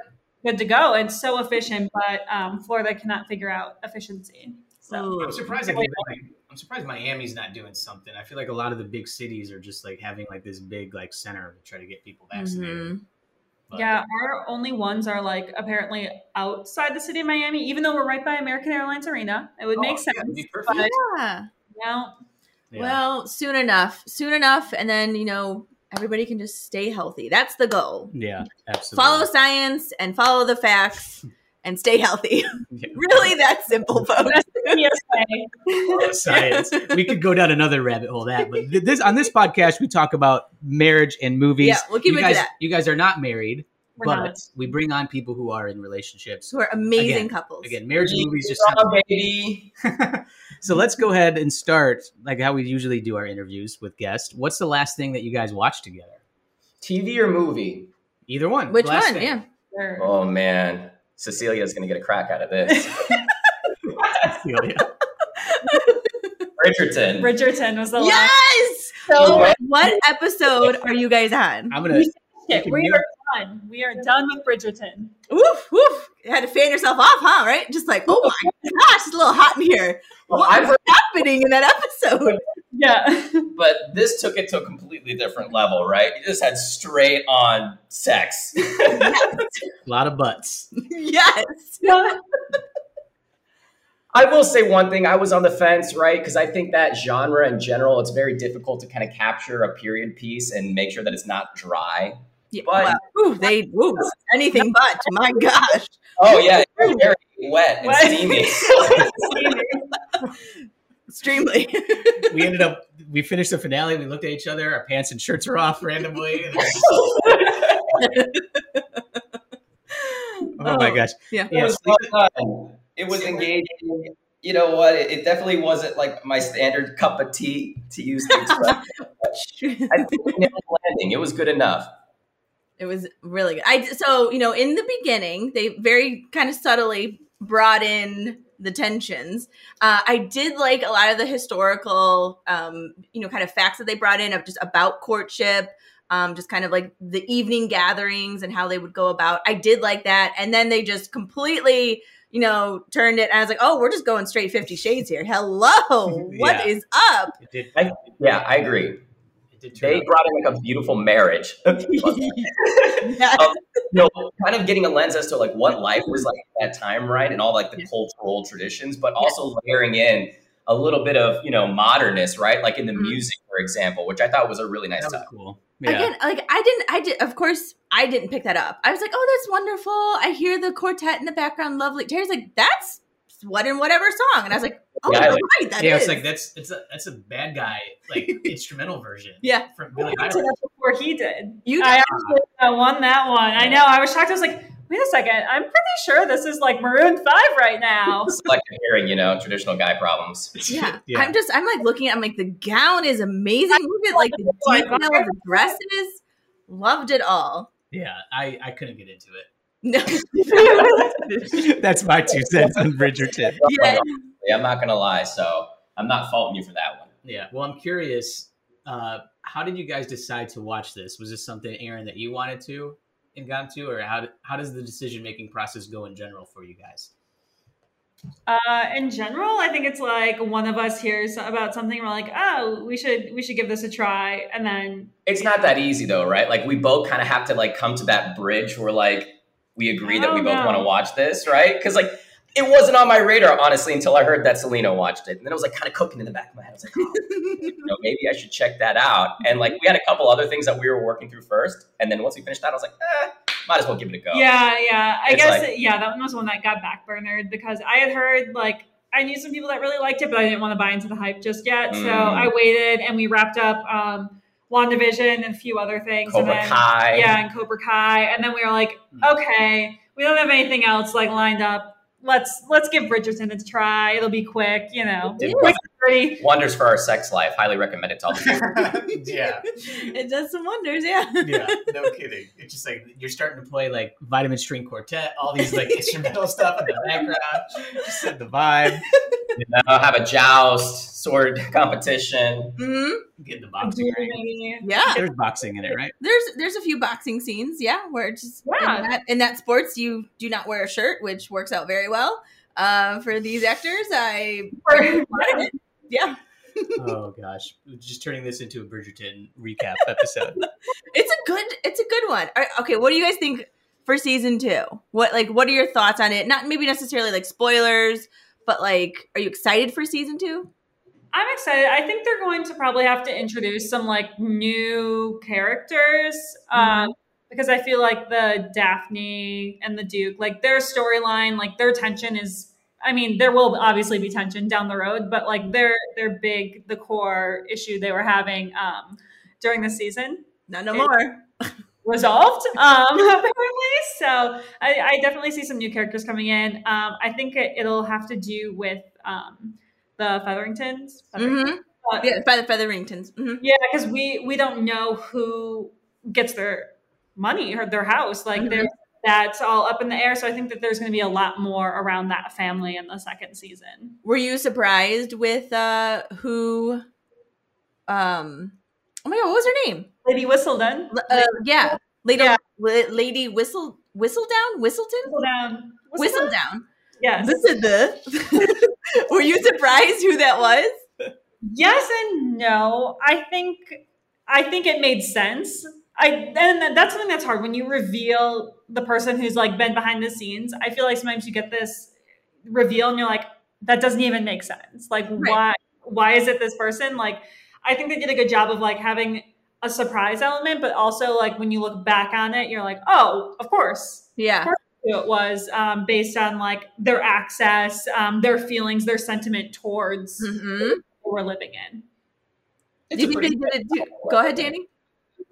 Speaker 8: good to go. It's so efficient, but um, Florida cannot figure out efficiency. So
Speaker 3: Ooh.
Speaker 2: i'm surprised like, like, i'm surprised miami's not doing something i feel like a lot of the big cities are just like having like this big like center to try to get people vaccinated
Speaker 3: Mhm.
Speaker 2: But-
Speaker 8: yeah, our only ones are like apparently outside the city of Miami, even though we're right by American Airlines Arena. It would
Speaker 2: Oh,
Speaker 8: make
Speaker 2: yeah, it'd
Speaker 8: sense.
Speaker 2: be perfect.
Speaker 8: but
Speaker 3: Yeah.
Speaker 8: now,
Speaker 2: Yeah.
Speaker 3: Well, soon enough. Soon enough and then, you know, everybody can just stay healthy. That's the goal.
Speaker 2: yeah absolutely
Speaker 3: Follow science and follow the
Speaker 2: [LAUGHS]
Speaker 3: facts and stay healthy. [LAUGHS]
Speaker 2: Yeah.
Speaker 3: really that simple, folks.
Speaker 8: PSA.
Speaker 2: Follow science [LAUGHS] we could go down another rabbit hole that but th- this on this podcast we talk about marriage and movies
Speaker 3: Yeah, we'll keep
Speaker 2: you
Speaker 3: it to
Speaker 2: guys
Speaker 3: that.
Speaker 2: you guys are not married
Speaker 8: We're
Speaker 2: but
Speaker 8: not.
Speaker 2: we bring on people who are in relationships.
Speaker 3: who are amazing
Speaker 2: Again,
Speaker 3: couples.
Speaker 2: Again, marriage and movies just
Speaker 7: Drama, baby.
Speaker 2: happen. [LAUGHS] so let's go ahead and start like how we usually do our interviews with guests. What's the last thing that you guys watched together?
Speaker 7: TV or movie?
Speaker 2: Either one.
Speaker 3: Which
Speaker 2: last
Speaker 3: one?
Speaker 2: thing. [LAUGHS]
Speaker 3: Yeah.
Speaker 8: sure.
Speaker 7: Oh man, Cecilia's gonna get a crack out of [LAUGHS] this.
Speaker 2: Celia.
Speaker 7: Richardson.
Speaker 8: Bridgerton was the last.
Speaker 3: Yes.
Speaker 7: Oh
Speaker 3: So,
Speaker 7: my-
Speaker 3: what episode are you guys on?
Speaker 2: I'm
Speaker 3: [LAUGHS]
Speaker 2: gonna.
Speaker 8: Shit,
Speaker 2: You can
Speaker 8: we
Speaker 2: mute.
Speaker 8: are done. We are done with Bridgerton.
Speaker 3: Woof woof. You had to fan yourself off, huh? Right? Just like, oh my gosh, it's a little hot in here.
Speaker 7: Well,
Speaker 3: What
Speaker 7: I've
Speaker 3: was happening in that episode? [LAUGHS]
Speaker 8: [LAUGHS] Yeah.
Speaker 7: but this took it to a completely different level, right? It just had straight on sex. [LAUGHS]
Speaker 2: A lot of butts.
Speaker 3: yes.
Speaker 7: I will say one thing. I was on the fence, right? Because I think that genre in general, it's very difficult to kind of capture a period piece and make sure that it's not dry.
Speaker 3: Yeah,
Speaker 7: But-
Speaker 3: wow. Ooh, they ooh, anything but. My gosh.
Speaker 7: Oh yeah, it was very wet and
Speaker 8: Wet.
Speaker 7: [LAUGHS] steamy.
Speaker 3: Extremely. [LAUGHS]
Speaker 2: We ended up. We finished the finale. We looked at each other. Our pants and shirts are off randomly. And then- oh my gosh.
Speaker 3: yeah.
Speaker 7: It
Speaker 2: Yeah.
Speaker 7: was well done. It was engaging. You know what? It, it definitely wasn't like my standard cup of tea to use [LAUGHS] the expression. I think it nailed the landing. It was good enough.
Speaker 3: It was really good. I so you know in the beginning they very kind of subtly brought in the tensions. Uh, I did like a lot of the historical, um, you know, kind of facts that they brought in of just about courtship, um, just kind of like the evening gatherings and how they would go about. I did like that, and then they just completely. You know, turned it. And I was like, "Oh, we're just going straight Fifty Shades here." Hello,
Speaker 2: Yeah.
Speaker 3: what is up?
Speaker 2: [LAUGHS] It did.
Speaker 7: I- Yeah, I agree.
Speaker 2: It did turn
Speaker 7: They
Speaker 2: out-
Speaker 7: brought in like a beautiful marriage.
Speaker 3: Yes.
Speaker 7: you know, kind of getting a lens as to like what life was like at that time, right? And all like the cultural traditions, but also layering in a little bit of, you know, modernness, right? Like in the
Speaker 3: Mhm.
Speaker 7: music, for example, which I thought was a really nice
Speaker 2: That
Speaker 7: touch.
Speaker 2: was cool. Yeah.
Speaker 3: Again, like I didn't, I did, of course, I didn't pick that up. I was like, oh, that's wonderful. I hear the quartet in the background, lovely. Terry's like, that's what in whatever song. And I was like, oh,
Speaker 7: Yeah, I
Speaker 3: you're
Speaker 7: like-
Speaker 3: right, that
Speaker 2: yeah,
Speaker 3: is."
Speaker 2: it's like that's it's a, that's a bad guy
Speaker 3: [LAUGHS]
Speaker 2: like instrumental version.
Speaker 3: Yeah.
Speaker 2: from
Speaker 8: I
Speaker 2: Billy
Speaker 8: did
Speaker 2: Idol.
Speaker 8: that before he did.
Speaker 3: you
Speaker 8: I actually uh, won that one. I know. I was shocked. I was like, wait a second. I'm pretty sure this is like Maroon 5 right [LAUGHS] now.
Speaker 7: Selective hearing, you know, traditional guy problems. [LAUGHS]
Speaker 3: yeah.
Speaker 2: Yeah.
Speaker 3: I'm just, I'm like looking at, I'm like, the gown is amazing. Look at like the
Speaker 8: [LAUGHS] Oh my
Speaker 3: detail of
Speaker 8: God.
Speaker 3: the dresses. Loved it all. [LAUGHS]
Speaker 2: Yeah, I I couldn't get into
Speaker 3: No,
Speaker 2: it. [LAUGHS] that's my two cents on Bridgerton.
Speaker 3: yeah. [LAUGHS]
Speaker 7: I'm not gonna lie, so I'm not faulting you for that one.
Speaker 2: Yeah. Well, I'm curious. Uh, how did you guys decide to watch this? Was this something, Aaron, that you wanted to and got to, or how how does the decision making process go in general for you guys?
Speaker 8: Uh, in general, I think it's like one of us hears about something. We're like, oh, we should we should give this a try, and then
Speaker 7: It's not that easy though, right? Like we both kind of have to like come to that bridge where like we agree that we
Speaker 8: Oh,
Speaker 7: both
Speaker 8: no.
Speaker 7: want to watch this, right? Because like it wasn't on my radar honestly until I heard that Selena watched it, and then it was like kind of cooking in the back of my head. I was like, [LAUGHS] oh, you know, maybe I should check that out. And like we had a couple other things that we were working through first, and then once we finished that, I was like, eh, might as well give it a go.
Speaker 8: yeah, yeah. I
Speaker 7: It's
Speaker 8: guess
Speaker 7: like-
Speaker 8: yeah, that one was one that got backburnered because I had heard like I knew some people that really liked it, but I didn't want to buy into the hype just yet. So
Speaker 7: Mm.
Speaker 8: I waited, and we wrapped up um, WandaVision and a few other things. and
Speaker 7: Cobra
Speaker 8: then,
Speaker 7: Kai. Mm.
Speaker 8: Yeah, and Cobra Kai, and then we were like, okay, we don't have anything else like lined up. Let's let's give Bridgerton a try. It'll be quick, you know.
Speaker 7: Did
Speaker 8: Quick and pretty.
Speaker 7: Wonders for our sex life. Highly recommend it to all the people.
Speaker 2: yeah,
Speaker 3: it does some wonders. Yeah.
Speaker 2: yeah, no kidding. It's just like you're starting to play like Vitamin String Quartet, all these like instrumental stuff in the background, just set the vibe,
Speaker 7: You know, [LAUGHS] have a joust, sword competition.
Speaker 3: hmm
Speaker 2: get the boxing ring.
Speaker 3: Yeah.
Speaker 2: There's boxing in it, right?
Speaker 3: There's there's a few boxing scenes, yeah, where it's just
Speaker 8: Yeah.
Speaker 3: in, that, in that sports you do not wear a shirt, which works out very well uh, for these actors. I yeah,
Speaker 2: Oh gosh, just turning this into a Bridgerton recap episode.
Speaker 3: it's a good it's a good one. All right, okay, what do you guys think for season two? What like what are your thoughts on it? Not maybe necessarily like spoilers, but like are you excited for season two?
Speaker 8: I'm excited. I think they're going to probably have to introduce some like new characters um, because I feel like the Daphne and the Duke, like their storyline, like their tension is. I mean, there will obviously be tension down the road, but like their their big the core issue they were having um, during the season
Speaker 3: Not no
Speaker 8: It-
Speaker 3: more.
Speaker 8: resolved um [LAUGHS] apparently so I, I definitely see some new characters coming in um i think it, it'll have to do with um the featheringtons
Speaker 3: hmm
Speaker 8: Uh,
Speaker 3: Yeah, by the Featheringtons. hmm
Speaker 8: yeah because we we don't know who gets their money or their house like
Speaker 3: Mhm.
Speaker 8: there's that's all up in the air. So I think that there's going to be a lot more around that family in the second season.
Speaker 3: Were you surprised with uh who? Um, oh my god, what was her name?
Speaker 8: Lady Whistledown.
Speaker 3: L- Uh, yeah, Lady
Speaker 8: Yeah.
Speaker 3: Wi- Lady Whistle Whistledown Whistleton
Speaker 8: Whistledown. Whistledown?
Speaker 3: Whistledown.
Speaker 8: Yes.
Speaker 3: This is the. [LAUGHS] Were you surprised who that was?
Speaker 8: Yes and no. I think I think it made sense. I and that's something that's hard when you reveal the person who's like been behind the scenes. I feel like sometimes you get this reveal and you're like, that doesn't even make sense. Like why why is it this person? Like I think they did a good job of like having a surprise element, but also like when you look back on it, you're like, oh, of course
Speaker 3: Yeah,
Speaker 8: who it was um, based on like their access, um, their feelings, their sentiment towards
Speaker 3: hmm
Speaker 8: what we're living in.
Speaker 7: It's
Speaker 3: Do you
Speaker 7: a
Speaker 3: think they
Speaker 7: pretty-
Speaker 3: did it? too? Go ahead, Danny.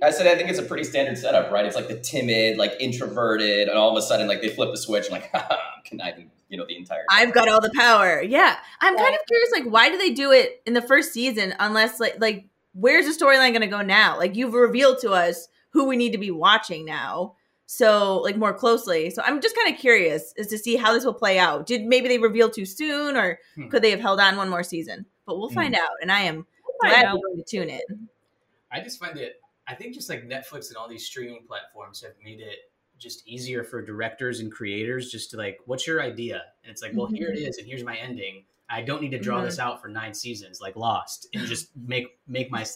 Speaker 7: I said I think it's a pretty standard setup, right? It's like the timid, like introverted, and all of a sudden, like they flip the switch, and like [LAUGHS] "Ha-ha, I'm conniving, you know, the entire.
Speaker 3: I've got all the power. Yeah, I'm kind
Speaker 8: Yeah.
Speaker 3: of curious. Like, why do they do it in the first season? Unless, like, like where's the storyline going to go now? Like, you've revealed to us who we need to be watching now. So, like, more closely. So, I'm just kind of curious as to see how this will play out. Did maybe they reveal too soon, or
Speaker 2: Hmm.
Speaker 3: could they have held on one more season? But we'll find out. And I am
Speaker 8: I
Speaker 3: glad
Speaker 8: know.
Speaker 3: we're going to tune in.
Speaker 6: I just find it. I think just like Netflix and all these streaming platforms have made it just easier for directors and creators just to like, what's your idea? And it's like, well, here
Speaker 3: Mm-hmm.
Speaker 6: it is, and here's my ending. I don't need to draw this out for nine seasons, like Lost, and just
Speaker 3: [LAUGHS]
Speaker 6: make make my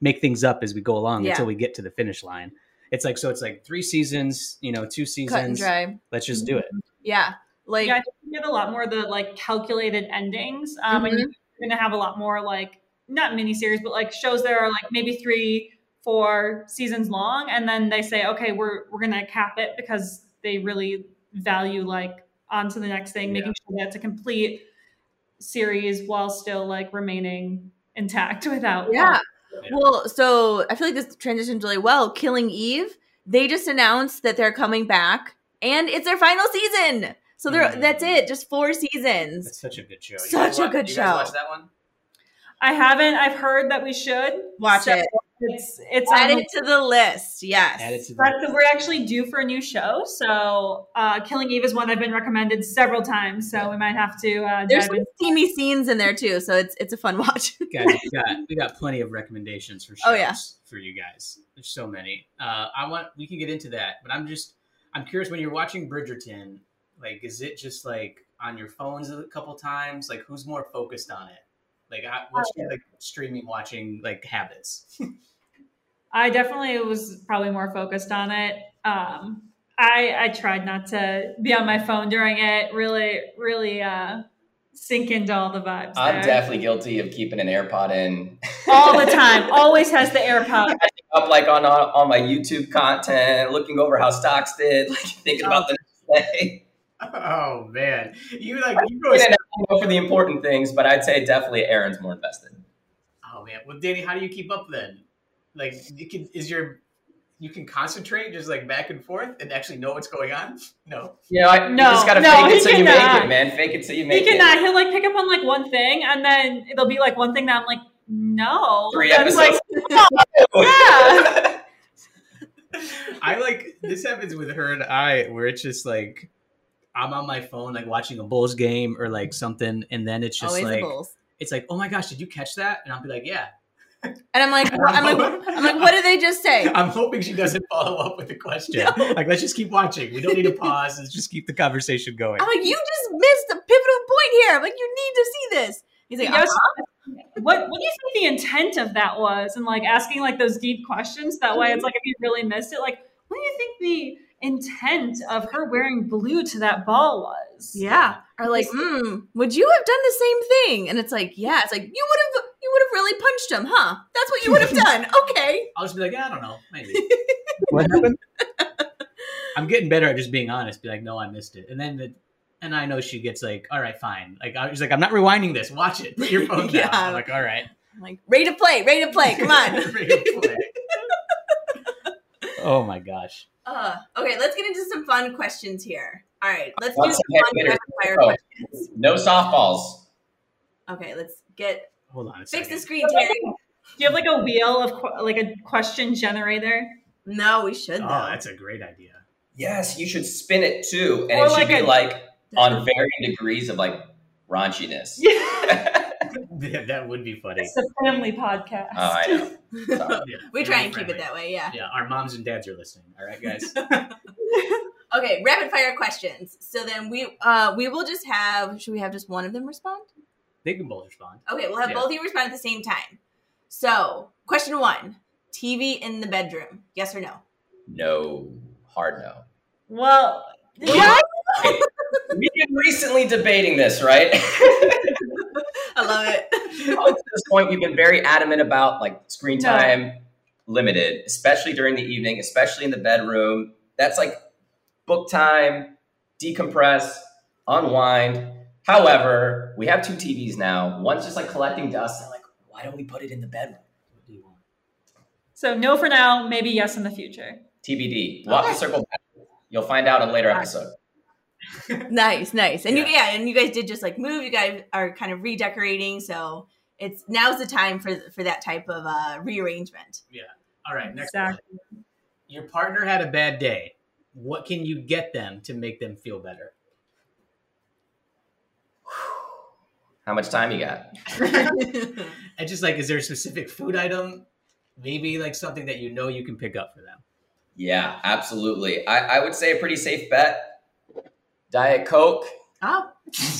Speaker 2: make things up as we go along
Speaker 3: Yeah.
Speaker 2: until we get to the finish line. It's like so. It's like three seasons, you know, two
Speaker 3: Cut and
Speaker 2: seasons.
Speaker 3: dry. Mm-hmm.
Speaker 2: Let's just do it.
Speaker 3: Yeah. Like,
Speaker 8: yeah, I think we get a lot more of the like calculated endings. Um,
Speaker 3: Mm-hmm.
Speaker 8: and you're gonna have a lot more like not miniseries, but like shows that are like maybe three, four seasons long, and then they say, okay, we're we're gonna cap it because they really value like on to the next thing, making sure that it's a complete series while still like remaining intact [LAUGHS] without
Speaker 3: yeah.
Speaker 6: Yeah.
Speaker 3: Well, so I feel like this transitions really well. Killing Eve, they just announced that they're coming back, and it's their final season. So they're
Speaker 2: Mm.
Speaker 3: that's it, just four seasons.
Speaker 2: That's such a good show.
Speaker 3: So-
Speaker 6: guys
Speaker 3: Such a
Speaker 6: wa-
Speaker 3: good
Speaker 6: you guys
Speaker 3: show.
Speaker 6: Watch that one.
Speaker 8: I haven't. I've heard that we should
Speaker 3: Watch
Speaker 8: So
Speaker 3: it.
Speaker 8: It's it's
Speaker 3: Add
Speaker 8: on the-
Speaker 3: it to the list. Yes.
Speaker 2: Add it to the-
Speaker 8: That's we're actually due for a new show. So, uh, Killing Eve is one I've been recommended several times. So we might have to uh,
Speaker 3: There's
Speaker 8: dive
Speaker 3: some
Speaker 8: in.
Speaker 3: steamy scenes in there too, so it's it's a fun [LAUGHS] watch.
Speaker 2: guys, we got we got plenty of recommendations for shows
Speaker 3: Oh, yeah.
Speaker 2: for you guys. There's so many. Uh, I want we can get into that, but I'm just I'm curious when you're watching Bridgerton, like is it just like on your phones a couple times? Like who's more focused on it? Like I, what's
Speaker 3: Oh,
Speaker 2: your, like streaming watching like habits? [LAUGHS]
Speaker 8: I definitely was probably more focused on it. Um, I I tried not to be on my phone during it. Really, really uh, sink into all the vibes.
Speaker 7: I'm
Speaker 8: there.
Speaker 7: definitely guilty of keeping an AirPod in [LAUGHS]
Speaker 8: [LAUGHS] all the time. Always has the AirPod.
Speaker 7: up, like on on on my YouTube content, looking over how stocks did,
Speaker 8: [LAUGHS]
Speaker 7: like thinking about the next [LAUGHS] day.
Speaker 2: oh man, you like you
Speaker 7: And
Speaker 2: always.
Speaker 7: then I go for the important things, but I'd say definitely Aaron's more invested.
Speaker 2: Oh man, well Danny, how do you keep up then? Like you can is your you can concentrate just like back and forth and actually know what's going on? [LAUGHS] No.
Speaker 7: You know, I, you
Speaker 8: No,
Speaker 7: just gotta
Speaker 8: no,
Speaker 7: fake
Speaker 8: he
Speaker 7: it till you make
Speaker 8: cannot.
Speaker 7: it, man. Fake it till you [LAUGHS]
Speaker 8: He
Speaker 7: make
Speaker 8: cannot.
Speaker 7: it.
Speaker 8: He'll like pick up on like one thing, and then it'll be like one thing that I'm like, no.
Speaker 7: Three
Speaker 8: That's,
Speaker 7: episodes.
Speaker 8: Like,
Speaker 7: [LAUGHS]
Speaker 8: yeah.
Speaker 2: I like this happens with her and I, where it's just like I'm on my phone, like watching a Bulls game or like something, and then it's just
Speaker 3: Always the
Speaker 2: like
Speaker 3: Bulls.
Speaker 2: it's like, oh my gosh, did you catch that? And I'll be like, yeah.
Speaker 3: And I'm like,
Speaker 2: [LAUGHS]
Speaker 3: I'm like, I'm like, what did they just say?
Speaker 2: I'm hoping she doesn't follow up with a
Speaker 3: [LAUGHS]
Speaker 2: question. Like, let's just keep watching. We don't need to pause. Let's just keep the conversation going.
Speaker 3: I'm like, you just missed a pivotal point here. I'm like, you need to see this. He's like,
Speaker 8: He goes-
Speaker 3: "Uh-huh."
Speaker 8: what what do you think the intent of that was? And like asking like those deep questions. That way it's like if you really missed it, like what do you think the intent of her wearing blue to that ball was?
Speaker 3: Yeah. Are like, mm, would you have done the same thing? And it's like, yeah, it's like you would have you would have really punched him, huh? That's what you would have done. Okay.
Speaker 2: I'll just be like, yeah, I don't know,
Speaker 3: [LAUGHS]
Speaker 2: maybe. what happened? I'm getting better at just being honest. Be like, no, I missed it, and then the, and I know she gets like, all right, fine. Like, I was like, I'm not rewinding this. Watch it. Put your
Speaker 3: [LAUGHS]
Speaker 2: phone down.
Speaker 3: Yeah.
Speaker 2: I'm like, all right.
Speaker 3: I'm like, ready to play, ready to play.
Speaker 2: [LAUGHS]
Speaker 3: Come on. [LAUGHS]
Speaker 2: oh my gosh.
Speaker 3: Uh, okay, let's get into some fun questions here. All right, let's do
Speaker 7: Want
Speaker 3: some
Speaker 7: some head
Speaker 3: fun
Speaker 7: hitters?
Speaker 3: rapid fire
Speaker 7: Oh.
Speaker 3: questions.
Speaker 7: [LAUGHS] No softballs.
Speaker 3: Okay, let's get
Speaker 2: Hold on. A
Speaker 3: fix the
Speaker 2: second.
Speaker 3: screen, Terry.
Speaker 8: Do you have like a wheel of qu- like a question generator?
Speaker 3: No, we should
Speaker 2: Oh,
Speaker 3: though.
Speaker 2: that's a great idea. [LAUGHS]
Speaker 7: yes, you should spin it too. And
Speaker 8: Or
Speaker 7: it should
Speaker 8: like
Speaker 7: be
Speaker 8: a-
Speaker 7: like on varying degrees of like raunchiness.
Speaker 2: Yeah, that would be funny.
Speaker 8: It's a family podcast.
Speaker 7: Oh,
Speaker 2: Uh,
Speaker 7: I know.
Speaker 2: Yeah,
Speaker 3: [LAUGHS] we try and keep it
Speaker 2: family-friendly.
Speaker 3: that way, yeah.
Speaker 2: Yeah, our moms and dads are listening. All right,
Speaker 3: [LAUGHS]
Speaker 2: guys.
Speaker 3: Okay, rapid fire questions. So then we uh we will just have should we have just one of them respond?
Speaker 2: they can both respond.
Speaker 3: Okay, we'll have
Speaker 2: Yeah.
Speaker 3: both of you respond at the same time. So, question one TV in the bedroom. Yes or no?
Speaker 7: No, hard no.
Speaker 8: Well,
Speaker 3: What?
Speaker 7: [LAUGHS] We've been recently debating
Speaker 3: [LAUGHS]
Speaker 7: this, right?
Speaker 3: I love [LAUGHS] it.
Speaker 7: Up to this point, we've been very adamant about like screen
Speaker 8: No.
Speaker 7: time limited, especially during the evening, especially in the bedroom. That's like book time, decompress, unwind. However, we have two TVs now. One's just like collecting dust. And like, why don't we put it in the bedroom?
Speaker 2: What do you want?
Speaker 8: so no for now, maybe yes in the future.
Speaker 7: TBD. We'll have to circle back. You'll find out in a later episode.
Speaker 3: nice, nice. And you
Speaker 2: Yeah.
Speaker 3: yeah, and you guys did just like move. You guys are kind of redecorating, so it's now's the time for for that type of uh rearrangement.
Speaker 2: All right, next.
Speaker 8: Exactly.
Speaker 2: one. Your partner had a bad day. What can you get them to make them feel better?
Speaker 7: How much time you got?
Speaker 2: And just like, is there a specific food item? Maybe like something that you know you can pick up for them.
Speaker 7: Yeah, absolutely. I, I would say a pretty safe bet. Diet Coke.
Speaker 3: oh,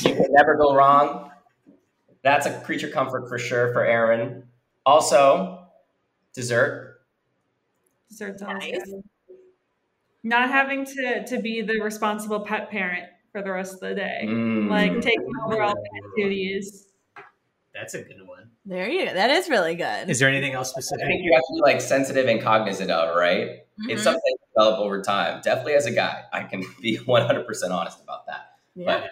Speaker 7: You can never go wrong. That's a creature comfort for sure for Aaron. Also, dessert.
Speaker 8: Desserts always
Speaker 3: Nice.
Speaker 8: good. Not having to to be the responsible pet parent for the rest of the day,
Speaker 7: Mm.
Speaker 8: like taking
Speaker 3: Oh,
Speaker 8: over all the duties.
Speaker 2: That's a good one.
Speaker 3: there you go. That is really good.
Speaker 2: Is there anything else
Speaker 7: I think
Speaker 2: specific?
Speaker 7: you have to be like sensitive and cognizant of, right? It's
Speaker 3: Mhm.
Speaker 7: something you develop over time. Definitely as a guy, I can be [LAUGHS] 100% honest about that.
Speaker 3: yeah.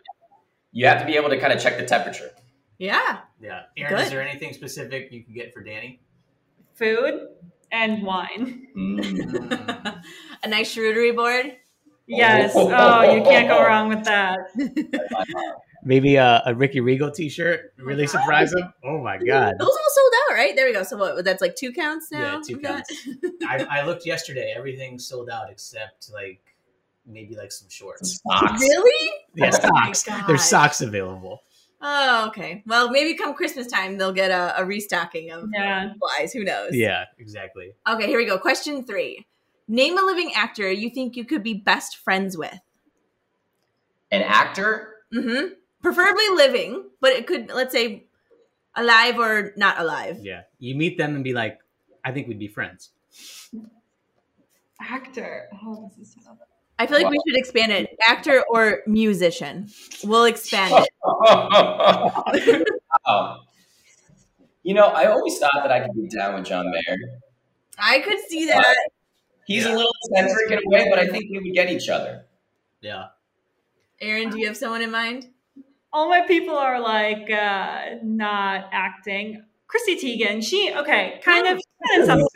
Speaker 7: You have to be able to kind of check the temperature.
Speaker 3: yeah.
Speaker 2: Yeah. Aaron, is
Speaker 3: Good.
Speaker 2: there anything specific you can get for
Speaker 3: [LAUGHS]
Speaker 2: Danny?
Speaker 8: Food and wine.
Speaker 7: Mm.
Speaker 3: a nice charcuterie board.
Speaker 8: Yes. Oh, you can't go wrong with that.
Speaker 2: Maybe a, a Ricky Regal t-shirt.
Speaker 3: Really
Speaker 2: surprise him. Oh my god.
Speaker 3: Those all sold out, right? There we go. So what that's like two counts now?
Speaker 2: Yeah, two
Speaker 3: of that?
Speaker 2: counts. I, I looked yesterday. Everything sold out except like maybe like some shorts.
Speaker 3: [LAUGHS]
Speaker 7: Socks.
Speaker 3: [LAUGHS] Really?
Speaker 2: Yeah, socks.
Speaker 3: Oh my
Speaker 2: There's
Speaker 3: gosh.
Speaker 2: socks available.
Speaker 3: Oh, okay. Well, maybe come Christmas time, they'll get a, a restocking of
Speaker 8: Yeah.
Speaker 3: supplies. Who knows?
Speaker 2: Yeah, exactly.
Speaker 3: Okay, here we go. Question three Name a living actor you think you could be best friends with.
Speaker 7: An actor
Speaker 3: Mm-hmm. Preferably living, but it could, let's say, alive or not alive.
Speaker 2: Yeah. You meet them and be like, I think we'd be friends.
Speaker 8: Actor. Oh, this is so
Speaker 3: I feel like we
Speaker 7: Wow.
Speaker 3: should expand it actor or musician. We'll expand it.
Speaker 7: Wow. [LAUGHS] You know, I always thought that I could get down with John Mayer.
Speaker 3: I could see that.
Speaker 7: He's a little eccentric in a way, but I think we would get each other.
Speaker 2: Yeah.
Speaker 3: Aaron, do you have someone in mind?
Speaker 8: all my people are like uh, not acting. Chrissy Teigen, she okay, kind of. kind of something.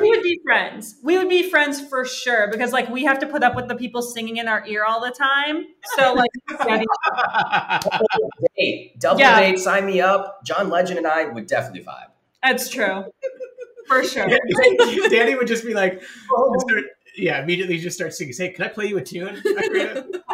Speaker 8: We would be friends. We would be friends for sure because like we have to put up with the people singing in our ear all the time. So like, [LAUGHS] yeah,
Speaker 7: Hey, double
Speaker 8: Yeah.
Speaker 7: date, sign me up. John Legend and I would definitely vibe.
Speaker 8: that's true, for
Speaker 2: [LAUGHS]
Speaker 8: sure.
Speaker 2: Danny would just be like, start- yeah, immediately just start singing. Hey, can I play you a tune?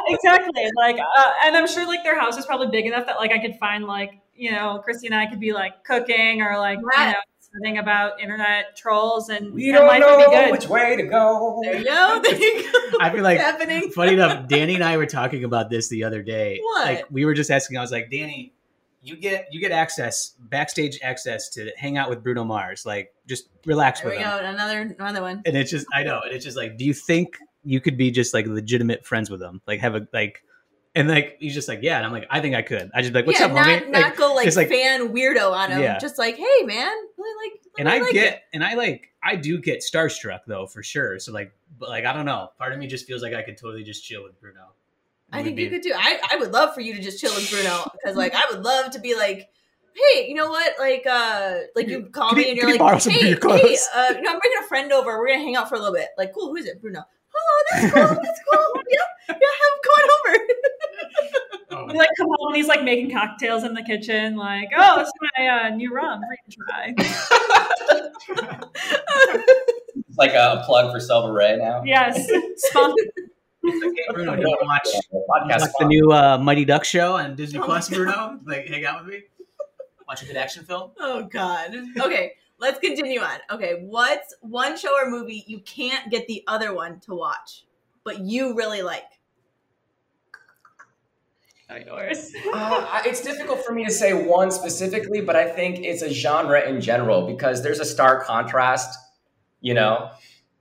Speaker 8: Exactly. Like, uh, and I'm sure like their house is probably big enough that like I could find like you know Chrissy and I could be like cooking or like you
Speaker 3: Right.
Speaker 8: know something about internet trolls and, and life would be good.
Speaker 7: way to go.
Speaker 3: There you
Speaker 2: [LAUGHS]
Speaker 3: go. There you go.
Speaker 2: I feel like
Speaker 3: What's happening?
Speaker 2: funny enough, Danny and I were talking about this the other day.
Speaker 3: What?
Speaker 2: Like we were just asking, I was like, Danny, you get you get access, backstage access to hang out with Bruno Mars. Like just relax
Speaker 3: There we
Speaker 2: with
Speaker 3: go.
Speaker 2: him.
Speaker 3: Another, another one.
Speaker 2: And it's just I know, and it's just like, do you think you could be just like legitimate friends with him? Like have a like and like he's just like, Yeah, and I'm like, I think I could. I just be like, What's
Speaker 3: yeah,
Speaker 2: up,
Speaker 3: not,
Speaker 2: mommy?
Speaker 3: not
Speaker 2: Like,
Speaker 3: go like,
Speaker 2: just like-
Speaker 3: fan weirdo on him.
Speaker 2: Yeah.
Speaker 3: Just like, hey man, really like.
Speaker 2: and
Speaker 3: really
Speaker 2: I
Speaker 3: like
Speaker 2: get
Speaker 3: it.
Speaker 2: and I like I do get starstruck though for sure. So like but like I don't know. Part of me just feels like I could totally just chill with Bruno.
Speaker 3: I
Speaker 2: Would
Speaker 3: think
Speaker 2: be- [LAUGHS]
Speaker 3: you could do. I I would love for you to just chill with Bruno because like I would love to be like, hey, you know what? Like uh, like you call
Speaker 2: Can
Speaker 3: me
Speaker 2: you-
Speaker 3: and
Speaker 2: can
Speaker 3: you're
Speaker 2: you
Speaker 3: like,
Speaker 2: borrow some of
Speaker 3: hey,
Speaker 2: your
Speaker 3: hey,
Speaker 2: clothes?
Speaker 3: uh, you know, I'm bringing a friend over. We're gonna hang out for a little bit. Like, cool. Who is it? Bruno. [LAUGHS] Oh, that's cool. That's cool. [LAUGHS] yeah, yeah. Have come on over. [LAUGHS]
Speaker 2: Oh,
Speaker 8: We like come home and he's like making cocktails in the kitchen, like, oh, it's my uh, new rum, free to try.
Speaker 7: It's like a plug for Silver Ray now.
Speaker 8: Yes, [LAUGHS] sponsored
Speaker 2: Like, hey, Bruno, do you want to watch
Speaker 7: podcast.
Speaker 2: watch the new uh, Mighty Duck show
Speaker 3: Oh
Speaker 2: on Disney Plus, Bruno? Like, hang out with me.
Speaker 6: Watch a good action
Speaker 3: [LAUGHS]
Speaker 6: film.
Speaker 3: Oh God. Okay, let's continue on. Okay, what's one show or movie you can't get the other one to watch, but you really like?
Speaker 8: Yours.
Speaker 7: Uh, I- it's difficult for me to say one specifically, but I think it's a genre in general because there's a stark contrast, you know,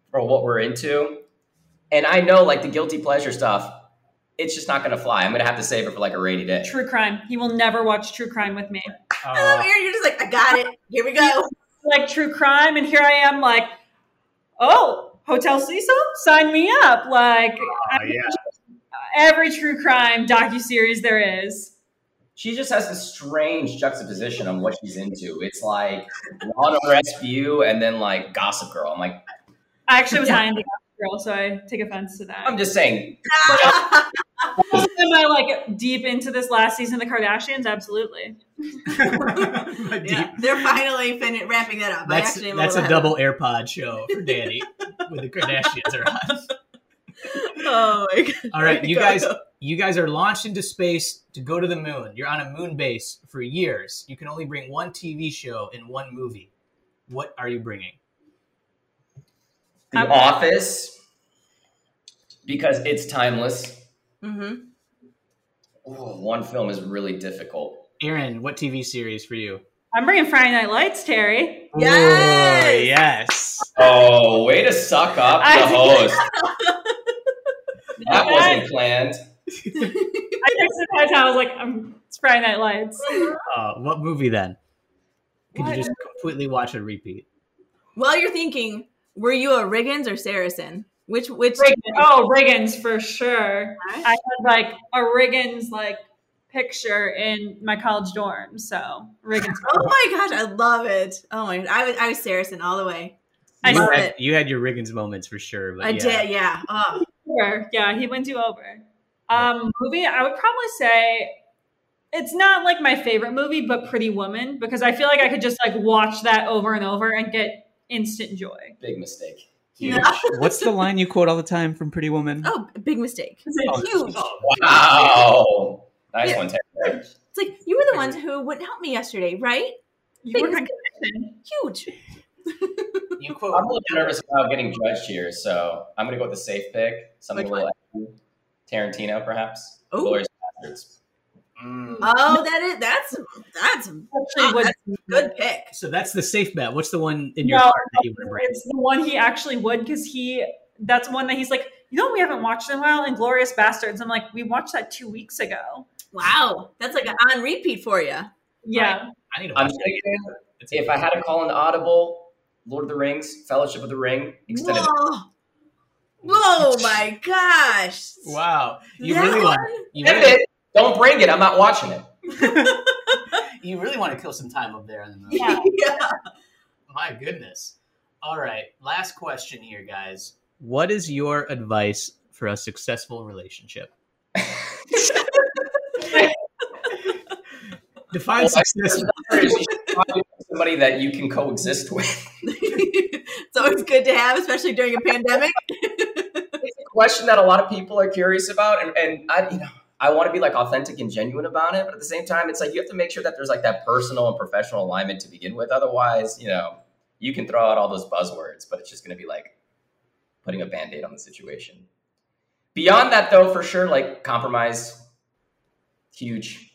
Speaker 7: for what we're into. And I know, like the guilty pleasure stuff, it's just not going to fly. I'm going to have to save it for like a rainy day.
Speaker 8: True crime. He will never watch true crime with me.
Speaker 3: I love
Speaker 2: Uh,
Speaker 3: Aaron. You're just like, I got it. Here we go.
Speaker 8: Like true crime, and here I am, like, oh, Hotel Cecil, sign me up. Like
Speaker 2: oh, yeah.
Speaker 8: every true crime docu series there is.
Speaker 7: She just has this strange juxtaposition on what she's into. It's like Law and Rescue and then like Gossip Girl. I'm like,
Speaker 8: I actually was high on the girl, so I take offense to that.
Speaker 7: I'm just saying,
Speaker 8: Am I like deep into this last season of the Kardashians? Absolutely.
Speaker 2: Uh, [LAUGHS] My [LAUGHS] deep-
Speaker 3: [LAUGHS] yeah, they're finally fin- wrapping that up. I
Speaker 2: That's
Speaker 3: actually am
Speaker 2: that's a
Speaker 3: little
Speaker 2: double AirPod show
Speaker 3: [LAUGHS]
Speaker 2: for Danny when the Kardashians are on.
Speaker 3: happy. [LAUGHS] Oh my God.
Speaker 2: All right, you
Speaker 3: Go,
Speaker 2: guys,
Speaker 3: go.
Speaker 2: you guys are launched into space to go to the moon. You're on a moon base for years. You can only bring one TV show and one movie. What are you bringing?
Speaker 7: The
Speaker 8: I'm-
Speaker 7: Office because it's timeless.
Speaker 3: Mhm.
Speaker 7: Ooh, one film is really difficult.
Speaker 2: Aaron, what TV series for you?
Speaker 8: I'm bringing Friday Night Lights, Terry.
Speaker 3: Yes!
Speaker 2: Ooh, yes.
Speaker 7: Oh, way to suck up
Speaker 8: I-
Speaker 7: the host. That wasn't planned.
Speaker 8: I texted my time. I was like, I'm, it's Friday Night Lights.
Speaker 2: Uh, what movie then? Could
Speaker 8: What?
Speaker 2: you just completely watch a repeat?
Speaker 3: While you're thinking, were you a Riggins or Saracen? Which which?
Speaker 8: Riggins. Oh, Riggins for sure. I had like a Riggins like picture in my college dorm, so Riggins.
Speaker 3: Oh my gosh, I love it. Oh my, I was I was Saracen all the way.
Speaker 8: I
Speaker 2: you,
Speaker 3: love
Speaker 2: had,
Speaker 3: it.
Speaker 2: you had your Riggins moments for sure. But
Speaker 3: I
Speaker 2: yeah.
Speaker 3: did, yeah. Oh,
Speaker 8: Sure. Yeah, he wins you over. Um, movie, I would probably say it's not like my favorite movie, but Pretty Woman, because I feel like I could just like watch that over and over and get instant joy.
Speaker 7: Big mistake.
Speaker 3: Yeah.
Speaker 9: What's the line you quote all the time from Pretty Woman?
Speaker 3: oh, big mistake.
Speaker 8: It's like,
Speaker 3: Huge.
Speaker 2: Oh,
Speaker 7: Wow. Nice
Speaker 3: Yeah.
Speaker 7: one, Taylor.
Speaker 3: It's like you were the ones who wouldn't help me yesterday, right?
Speaker 8: you were my
Speaker 3: Huge.
Speaker 2: You quote.
Speaker 7: I'm a little nervous about getting judged here, so I'm going to go with the safe pick. Something
Speaker 3: Which
Speaker 7: a little edgy. Tarantino, perhaps.
Speaker 3: Ooh.
Speaker 7: Glorious Bastards.
Speaker 6: Mm.
Speaker 3: Oh, that is that's that's a
Speaker 8: actually was
Speaker 3: good pick.
Speaker 2: So that's the safe bet. What's the one in your
Speaker 8: No.
Speaker 2: heart that you want to bring?
Speaker 8: it's the one he actually would because he that's one that he's like you know we haven't watched in a while inglorious bastards i'm like we watched that two weeks ago
Speaker 3: Wow, that's like an on repeat for you.
Speaker 8: yeah
Speaker 2: I need to
Speaker 7: I'm
Speaker 2: watch that.
Speaker 7: thinking
Speaker 2: It's a
Speaker 7: if
Speaker 2: good
Speaker 7: I
Speaker 2: one.
Speaker 7: had to call an audible, Lord of the Rings, Fellowship of the Ring, extended.
Speaker 3: Whoa. Whoa, my gosh.
Speaker 2: Wow, you
Speaker 3: That
Speaker 2: really want
Speaker 8: [LAUGHS]
Speaker 3: one?
Speaker 2: you
Speaker 7: End
Speaker 2: really,
Speaker 7: it. Don't bring it. I'm not watching it.
Speaker 6: You really want to kill some time up there in the moon.
Speaker 2: [LAUGHS]
Speaker 8: Yeah.
Speaker 3: Yeah.
Speaker 2: My goodness. All right, last question here, guys. What is your advice for a successful relationship? [LAUGHS] Define
Speaker 7: Well, Oh, I-
Speaker 2: success.
Speaker 7: Somebody that you can coexist with.
Speaker 3: [LAUGHS] it's always good to have, especially during a pandemic. [LAUGHS]
Speaker 7: it's a question that a lot of people are curious about, and, and I, you know, I want to be like authentic and genuine about it, but at the same time, it's like you have to make sure that there's like that personal and professional alignment to begin with. Otherwise, you know, you can throw out all those buzzwords, but it's just going to be like putting a band aid on the situation. Beyond that, though, for sure, like compromise, huge,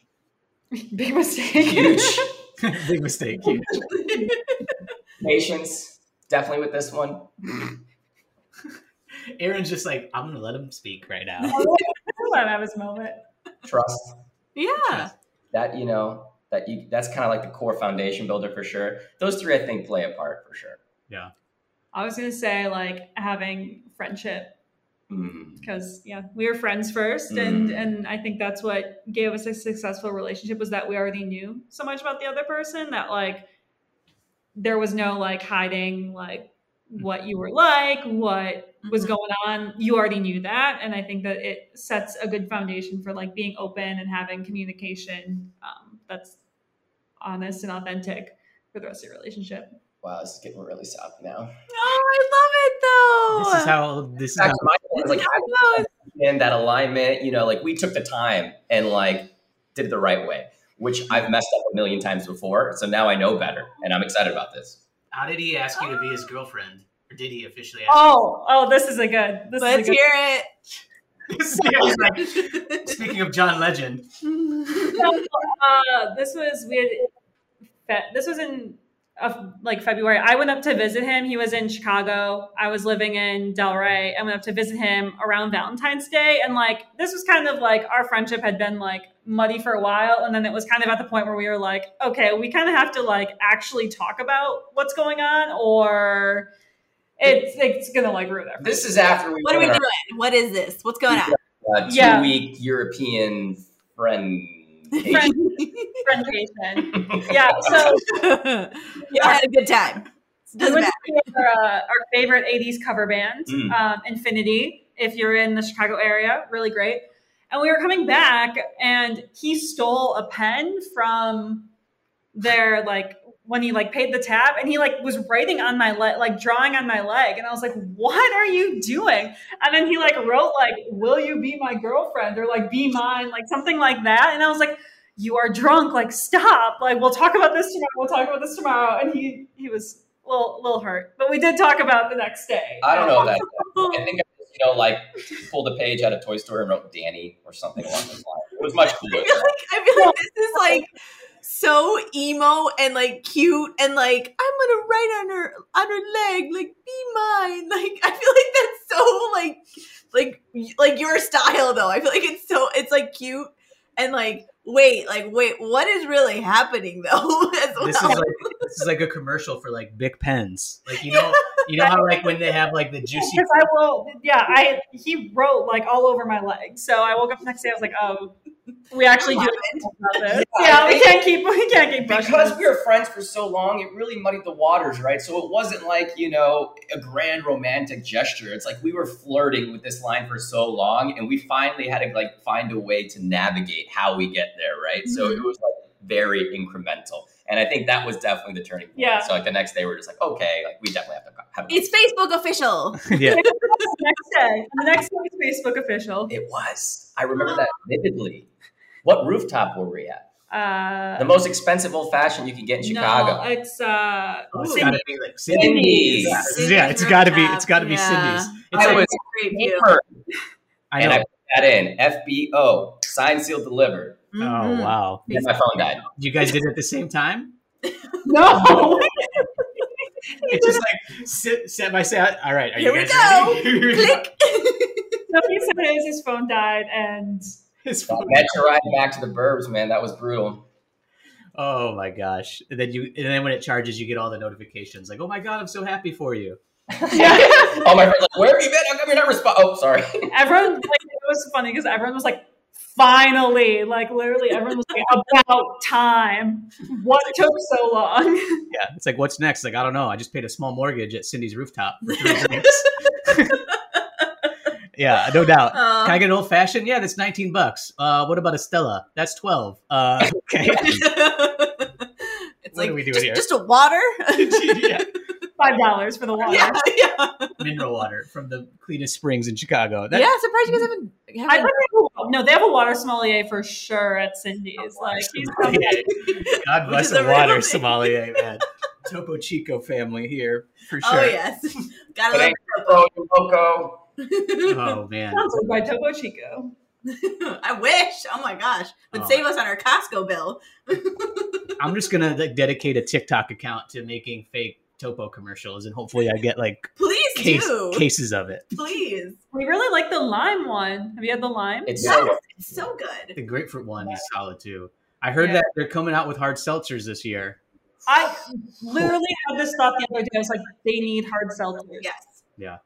Speaker 8: [LAUGHS] big mistake
Speaker 7: huge
Speaker 2: [LAUGHS] Big mistake. Here.
Speaker 7: patience, definitely with this one.
Speaker 2: Aaron's just like, I'm gonna let him speak right now.
Speaker 8: Hold on, [LAUGHS] I was moment
Speaker 7: Trust,
Speaker 3: Yeah.
Speaker 7: that you know that you that's kind of like the core foundation builder for sure those three i think play a part for sure
Speaker 8: i was gonna say like having friendship
Speaker 7: Mm.
Speaker 8: because yeah we were friends first and and i think that's what gave us a successful relationship was that we already knew so much about the other person that like there was no like hiding like what you were like what
Speaker 3: Mm-hmm.
Speaker 8: was going on you already knew that and i think that it sets a good foundation for like being open and having communication um, that's honest and authentic for the rest of your relationship
Speaker 7: Wow, this is getting really soppy now.
Speaker 1: Oh, I love it though.
Speaker 2: This is how this is
Speaker 7: Back
Speaker 2: how
Speaker 7: to my point, like,
Speaker 1: This is
Speaker 7: how
Speaker 1: how it goes.
Speaker 7: and that alignment, you know, like we took the time and like did it the right way, which I've messed up a million times before. So now I know better and I'm excited about this.
Speaker 6: How did he ask you to be his girlfriend, or did he officially ask?
Speaker 8: Oh, oh, this is a good. This
Speaker 1: Let's
Speaker 8: is a good.
Speaker 1: hear it.
Speaker 6: you? He's
Speaker 2: [LAUGHS]
Speaker 6: like, Speaking of John Legend,
Speaker 8: Uh, this was we had. Fe- This was in uh, like February. I went up to visit him. He was in Chicago. I was living in Delray. I went up to visit him around Valentine's Day, and like this was kind of like our friendship had been like muddy for a while, and then it was kind of at the point where we were like, okay, we kind of have to like actually talk about what's going on, or it's it's gonna like
Speaker 7: [LAUGHS]
Speaker 8: ruin our.
Speaker 7: This is after we
Speaker 1: What are we
Speaker 7: went on
Speaker 1: doing? What is this? What's going on?
Speaker 7: our uh, two
Speaker 8: Yeah.
Speaker 7: week European friend.
Speaker 8: Friend- friendcation. Yeah, so
Speaker 1: [LAUGHS] you had a good time.
Speaker 8: we
Speaker 1: Doesn't
Speaker 8: went
Speaker 1: matter.
Speaker 8: to see our, uh, our favorite 80s cover band,
Speaker 7: Mm.
Speaker 8: um, Infinity, if you're in the Chicago area. Really great. And we were coming back, and he stole a pen from their, like, when he like paid the tab and he like was writing on my leg like drawing on my leg and i was like what are you doing and then he like wrote like will you be my girlfriend or like be mine like something like that and i was like you are drunk. Like, stop. Like, we'll talk about this tomorrow. We'll talk about this tomorrow. And he he was a little, little hurt, but we did talk about the next day.
Speaker 7: I don't know that. I think, you know, like pulled a page out of Toy Story and wrote Danny or something along those lines. It was much cooler.
Speaker 1: I feel like this is like so emo and like cute and like I'm gonna write on her on her leg like be mine. [LAUGHS] Like I feel like that's so like like y- like your style though. I feel like it's so it's like cute and like wait like wait what is really happening though [LAUGHS] as well.
Speaker 2: this is like this is like a commercial for like big pens. Like you know you know how like when they have like the juicy
Speaker 8: Because I will, yeah. I he wrote like all over my leg, so I woke up the next day. I was like, oh, we actually do have to talk about this.
Speaker 7: [LAUGHS] Yeah,
Speaker 8: Yeah,
Speaker 7: I
Speaker 8: we can't keep we can't keep brushing
Speaker 7: because
Speaker 8: this.
Speaker 7: we were friends for so long, it really muddied the waters, right? So it wasn't like, you know, a grand romantic gesture. It's like we were flirting with this line for so long and we finally had to like find a way to navigate how we get there, right? So
Speaker 8: Mm-hmm.
Speaker 7: it was like very incremental. And I think that was definitely the turning point.
Speaker 8: Yeah.
Speaker 7: So like the next day we're just like, okay, like we definitely have to have a
Speaker 1: it's Facebook official.
Speaker 2: [LAUGHS] yeah.
Speaker 8: The next day, the next day was Facebook official.
Speaker 7: [LAUGHS] It was. I remember that vividly. What rooftop were we at?
Speaker 8: Uh,
Speaker 7: The most expensive old fashioned you can get in
Speaker 8: No,
Speaker 7: Chicago.
Speaker 8: it's uh,
Speaker 2: Oh, It's
Speaker 8: Sydney.
Speaker 2: gotta be like Cindy's.
Speaker 7: Cindy's.
Speaker 2: Yeah,
Speaker 1: Cindy's
Speaker 2: yeah, it's gotta be
Speaker 1: rooftop,
Speaker 2: it's gotta be
Speaker 1: yeah.
Speaker 2: Cindy's. It's
Speaker 7: I
Speaker 2: like,
Speaker 7: was
Speaker 1: Great view.
Speaker 2: I
Speaker 7: and
Speaker 2: know.
Speaker 7: I put that in FBO, signed, sealed, delivered.
Speaker 1: Mm-hmm.
Speaker 2: oh wow.
Speaker 7: And my phone died.
Speaker 2: You guys did it at the same time?
Speaker 8: no, [LAUGHS]
Speaker 2: It's just like sit, set by set. All right, are
Speaker 1: Here
Speaker 2: you
Speaker 1: we
Speaker 2: guys
Speaker 1: go.
Speaker 2: ready? [LAUGHS]
Speaker 3: [LAUGHS]
Speaker 1: Click.
Speaker 8: no, he said his, his phone died, and
Speaker 2: It's
Speaker 7: That
Speaker 2: fine.
Speaker 7: metro ride back to the burbs, man, that was brutal.
Speaker 2: oh my gosh. And then you and then when it charges you get all the notifications like, Oh my god, I'm so happy for you.
Speaker 7: All Oh, my friends like, where have you been? How come you're not responding? Oh, sorry.
Speaker 8: everyone like it was funny because everyone was like finally like literally everyone was like about time what took so long [LAUGHS]
Speaker 2: Yeah. It's like what's next? Like, I don't know. I just paid a small mortgage at Cindy's rooftop for
Speaker 1: [LAUGHS]
Speaker 2: three drinks. [LAUGHS] yeah, no doubt.
Speaker 1: Um, [LAUGHS]
Speaker 2: Can I get an old fashioned? Yeah, that's 19 bucks. Uh, what about a Stella? That's 12. Uh, [LAUGHS] okay.
Speaker 1: it's
Speaker 2: What
Speaker 1: like
Speaker 2: do we do
Speaker 1: just,
Speaker 2: here?
Speaker 1: just a water.
Speaker 2: yeah.
Speaker 8: five dollars for the water
Speaker 1: yeah, yeah.
Speaker 2: Mineral water from the cleanest springs in Chicago. That, [LAUGHS]
Speaker 1: yeah, surprised you guys haven't.
Speaker 8: I
Speaker 1: haven't
Speaker 8: thought they have a, no, they have a water sommelier for sure at Cindy's.
Speaker 2: Oh,
Speaker 8: Like, he's probably-
Speaker 2: God
Speaker 1: Which
Speaker 2: bless
Speaker 1: is
Speaker 2: the
Speaker 1: a real
Speaker 2: water
Speaker 1: thing.
Speaker 2: sommelier,
Speaker 1: [LAUGHS]
Speaker 2: man. Topo Chico family here for sure.
Speaker 1: Oh yes,
Speaker 3: [LAUGHS]
Speaker 1: gotta love
Speaker 7: Thank you, bro, you loco.
Speaker 2: Oh, man.
Speaker 8: [LAUGHS] sponsored by Topo Chico.
Speaker 2: Uh-huh.
Speaker 3: [LAUGHS]
Speaker 1: I wish. Oh my gosh, would
Speaker 2: Oh.
Speaker 1: save us on our Costco
Speaker 3: [LAUGHS]
Speaker 1: bill.
Speaker 2: I'm just gonna like dedicate a TikTok account to making fake Topo commercials, and hopefully I get like
Speaker 1: Please
Speaker 2: case,
Speaker 1: do.
Speaker 2: cases of it.
Speaker 1: Please,
Speaker 8: We really like the lime one. Have you had the lime?
Speaker 7: It's
Speaker 1: Yes,
Speaker 7: so
Speaker 1: it's so good.
Speaker 2: The grapefruit one is solid too. I heard
Speaker 8: Yeah.
Speaker 2: that they're coming out with hard seltzers this year.
Speaker 8: I literally had this thought the other day. I was like, they need hard seltzers.
Speaker 1: Yes,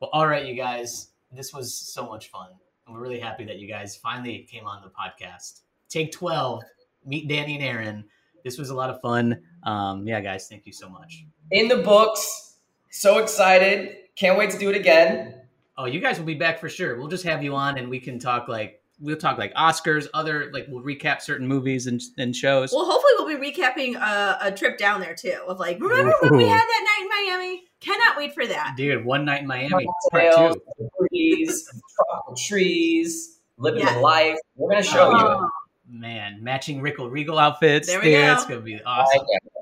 Speaker 2: Well, all right, you guys, this was so much fun. and We're really happy that you guys finally came on the podcast. Take 12, meet Danny and Aaron. This was a lot of fun. Um, yeah, guys, thank you so much.
Speaker 7: in the books. So excited. Can't wait to do it again.
Speaker 2: Oh, you guys will be back for sure. We'll just have you on and we can talk like we'll talk like Oscars, other like we'll recap certain movies and and shows.
Speaker 3: Well, hopefully we'll be recapping a, a trip down there too. Of like, remember when we
Speaker 2: Ooh.
Speaker 3: had that night in Miami? Cannot wait for that.
Speaker 2: Dude, one night in Miami, part
Speaker 7: Cocktails,
Speaker 2: two.
Speaker 7: breeze, tropical trees, living
Speaker 3: Yeah.
Speaker 7: the life. We're gonna show you it.
Speaker 3: Oh,
Speaker 2: Man, matching Rickle Regal outfits.
Speaker 3: There we
Speaker 2: Dude,
Speaker 3: go.
Speaker 2: that's gonna be
Speaker 7: I
Speaker 2: awesome.
Speaker 7: can't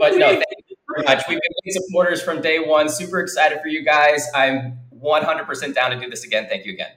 Speaker 7: But no, thank you very much. We've been big supporters from day one. Super excited for you guys. I'm 100% down to do this again. Thank you again.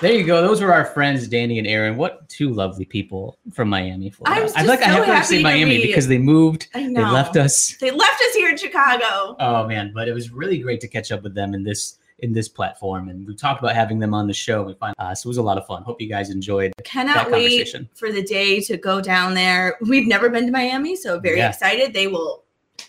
Speaker 2: There you go. Those were our friends, Danny and Aaron. What two lovely people from Miami, Florida.
Speaker 3: I was
Speaker 2: I like. I
Speaker 3: just
Speaker 2: have
Speaker 3: so
Speaker 2: to say
Speaker 3: happy to
Speaker 2: Miami
Speaker 3: be-
Speaker 2: because they moved.
Speaker 3: I
Speaker 2: They
Speaker 3: know.
Speaker 2: left us.
Speaker 3: They left us here in Chicago.
Speaker 2: Oh man, but it was really great to catch up with them in this in this platform, and we talked about having them on the show. We find uh, so it was a lot of fun. Hope you guys enjoyed
Speaker 3: Cannot
Speaker 2: that
Speaker 3: wait
Speaker 2: conversation.
Speaker 3: for the day to go down there. We've never been to Miami, so very
Speaker 2: Yeah.
Speaker 3: excited. They will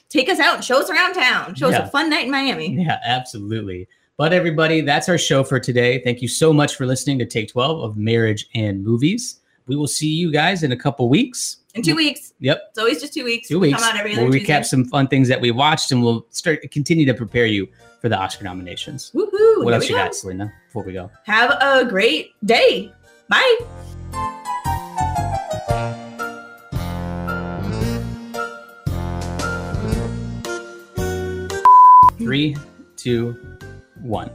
Speaker 3: take us out and show us around town. Show us
Speaker 2: Yeah.
Speaker 3: a fun night in Miami.
Speaker 2: Yeah, absolutely. But everybody, that's our show for today. Thank you so much for listening to Take Twelve of Marriage and Movies. We will see you guys in a couple weeks.
Speaker 3: In two weeks.
Speaker 2: Yep.
Speaker 3: It's always just two weeks.
Speaker 2: two
Speaker 3: We
Speaker 2: weeks.
Speaker 3: Come out every other
Speaker 2: we'll recap
Speaker 3: Tuesday.
Speaker 2: some fun things that we watched, and we'll start continue to prepare you for the Oscar nominations.
Speaker 3: Woohoo.
Speaker 2: what
Speaker 3: Here
Speaker 2: else
Speaker 3: we
Speaker 2: you
Speaker 3: go.
Speaker 2: got, Selena? Before we go.
Speaker 3: Have a great day. Bye.
Speaker 2: Three, two,
Speaker 3: [LAUGHS]
Speaker 2: one.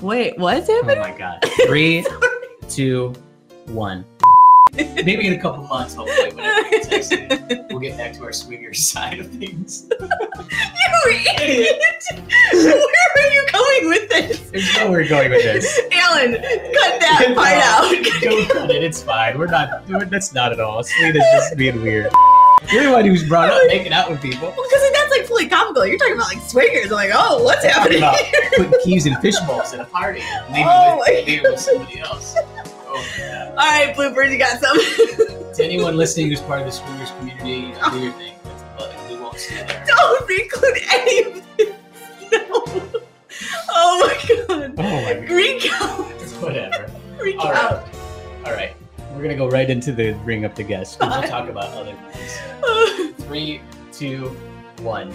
Speaker 3: Wait, what's
Speaker 2: Oh my god.
Speaker 3: [LAUGHS]
Speaker 2: Three, two, one. Maybe in a couple months, hopefully, whenever we text
Speaker 3: [LAUGHS]
Speaker 2: it, we'll get back to our swigger side of things.
Speaker 3: You idiot! Where are you going with this?
Speaker 2: There's nowhere going with this.
Speaker 3: Alan, [LAUGHS] cut that part out.
Speaker 2: Don't cut it. It's fine. We're not. We're, that's not at all. Selena's just being
Speaker 3: [LAUGHS]
Speaker 2: weird. You're the one who's brought up making out with people.
Speaker 3: Well, because that's like fully comical. You're talking about like swingers. I'm like, oh, what's
Speaker 2: Talking
Speaker 3: happening? [LAUGHS]
Speaker 2: about putting keys in fish bowls at a party. and Leaving
Speaker 3: Oh my
Speaker 2: with, leaving with somebody else. Oh my god.
Speaker 3: All right, bloopers, you got some.
Speaker 2: To anyone listening who's part of the swingers community, you know, do your thing. That's the button. We won't see you there.
Speaker 3: Don't include any of this. [LAUGHS] No. Oh my god.
Speaker 2: Oh my god.
Speaker 3: Freak out.
Speaker 2: Whatever.
Speaker 3: Freak
Speaker 2: All right.
Speaker 3: out.
Speaker 2: All right. We're gonna go right into the ring up the guests. 'cause We'll talk about other things.
Speaker 3: [LAUGHS]
Speaker 2: Three, two, one.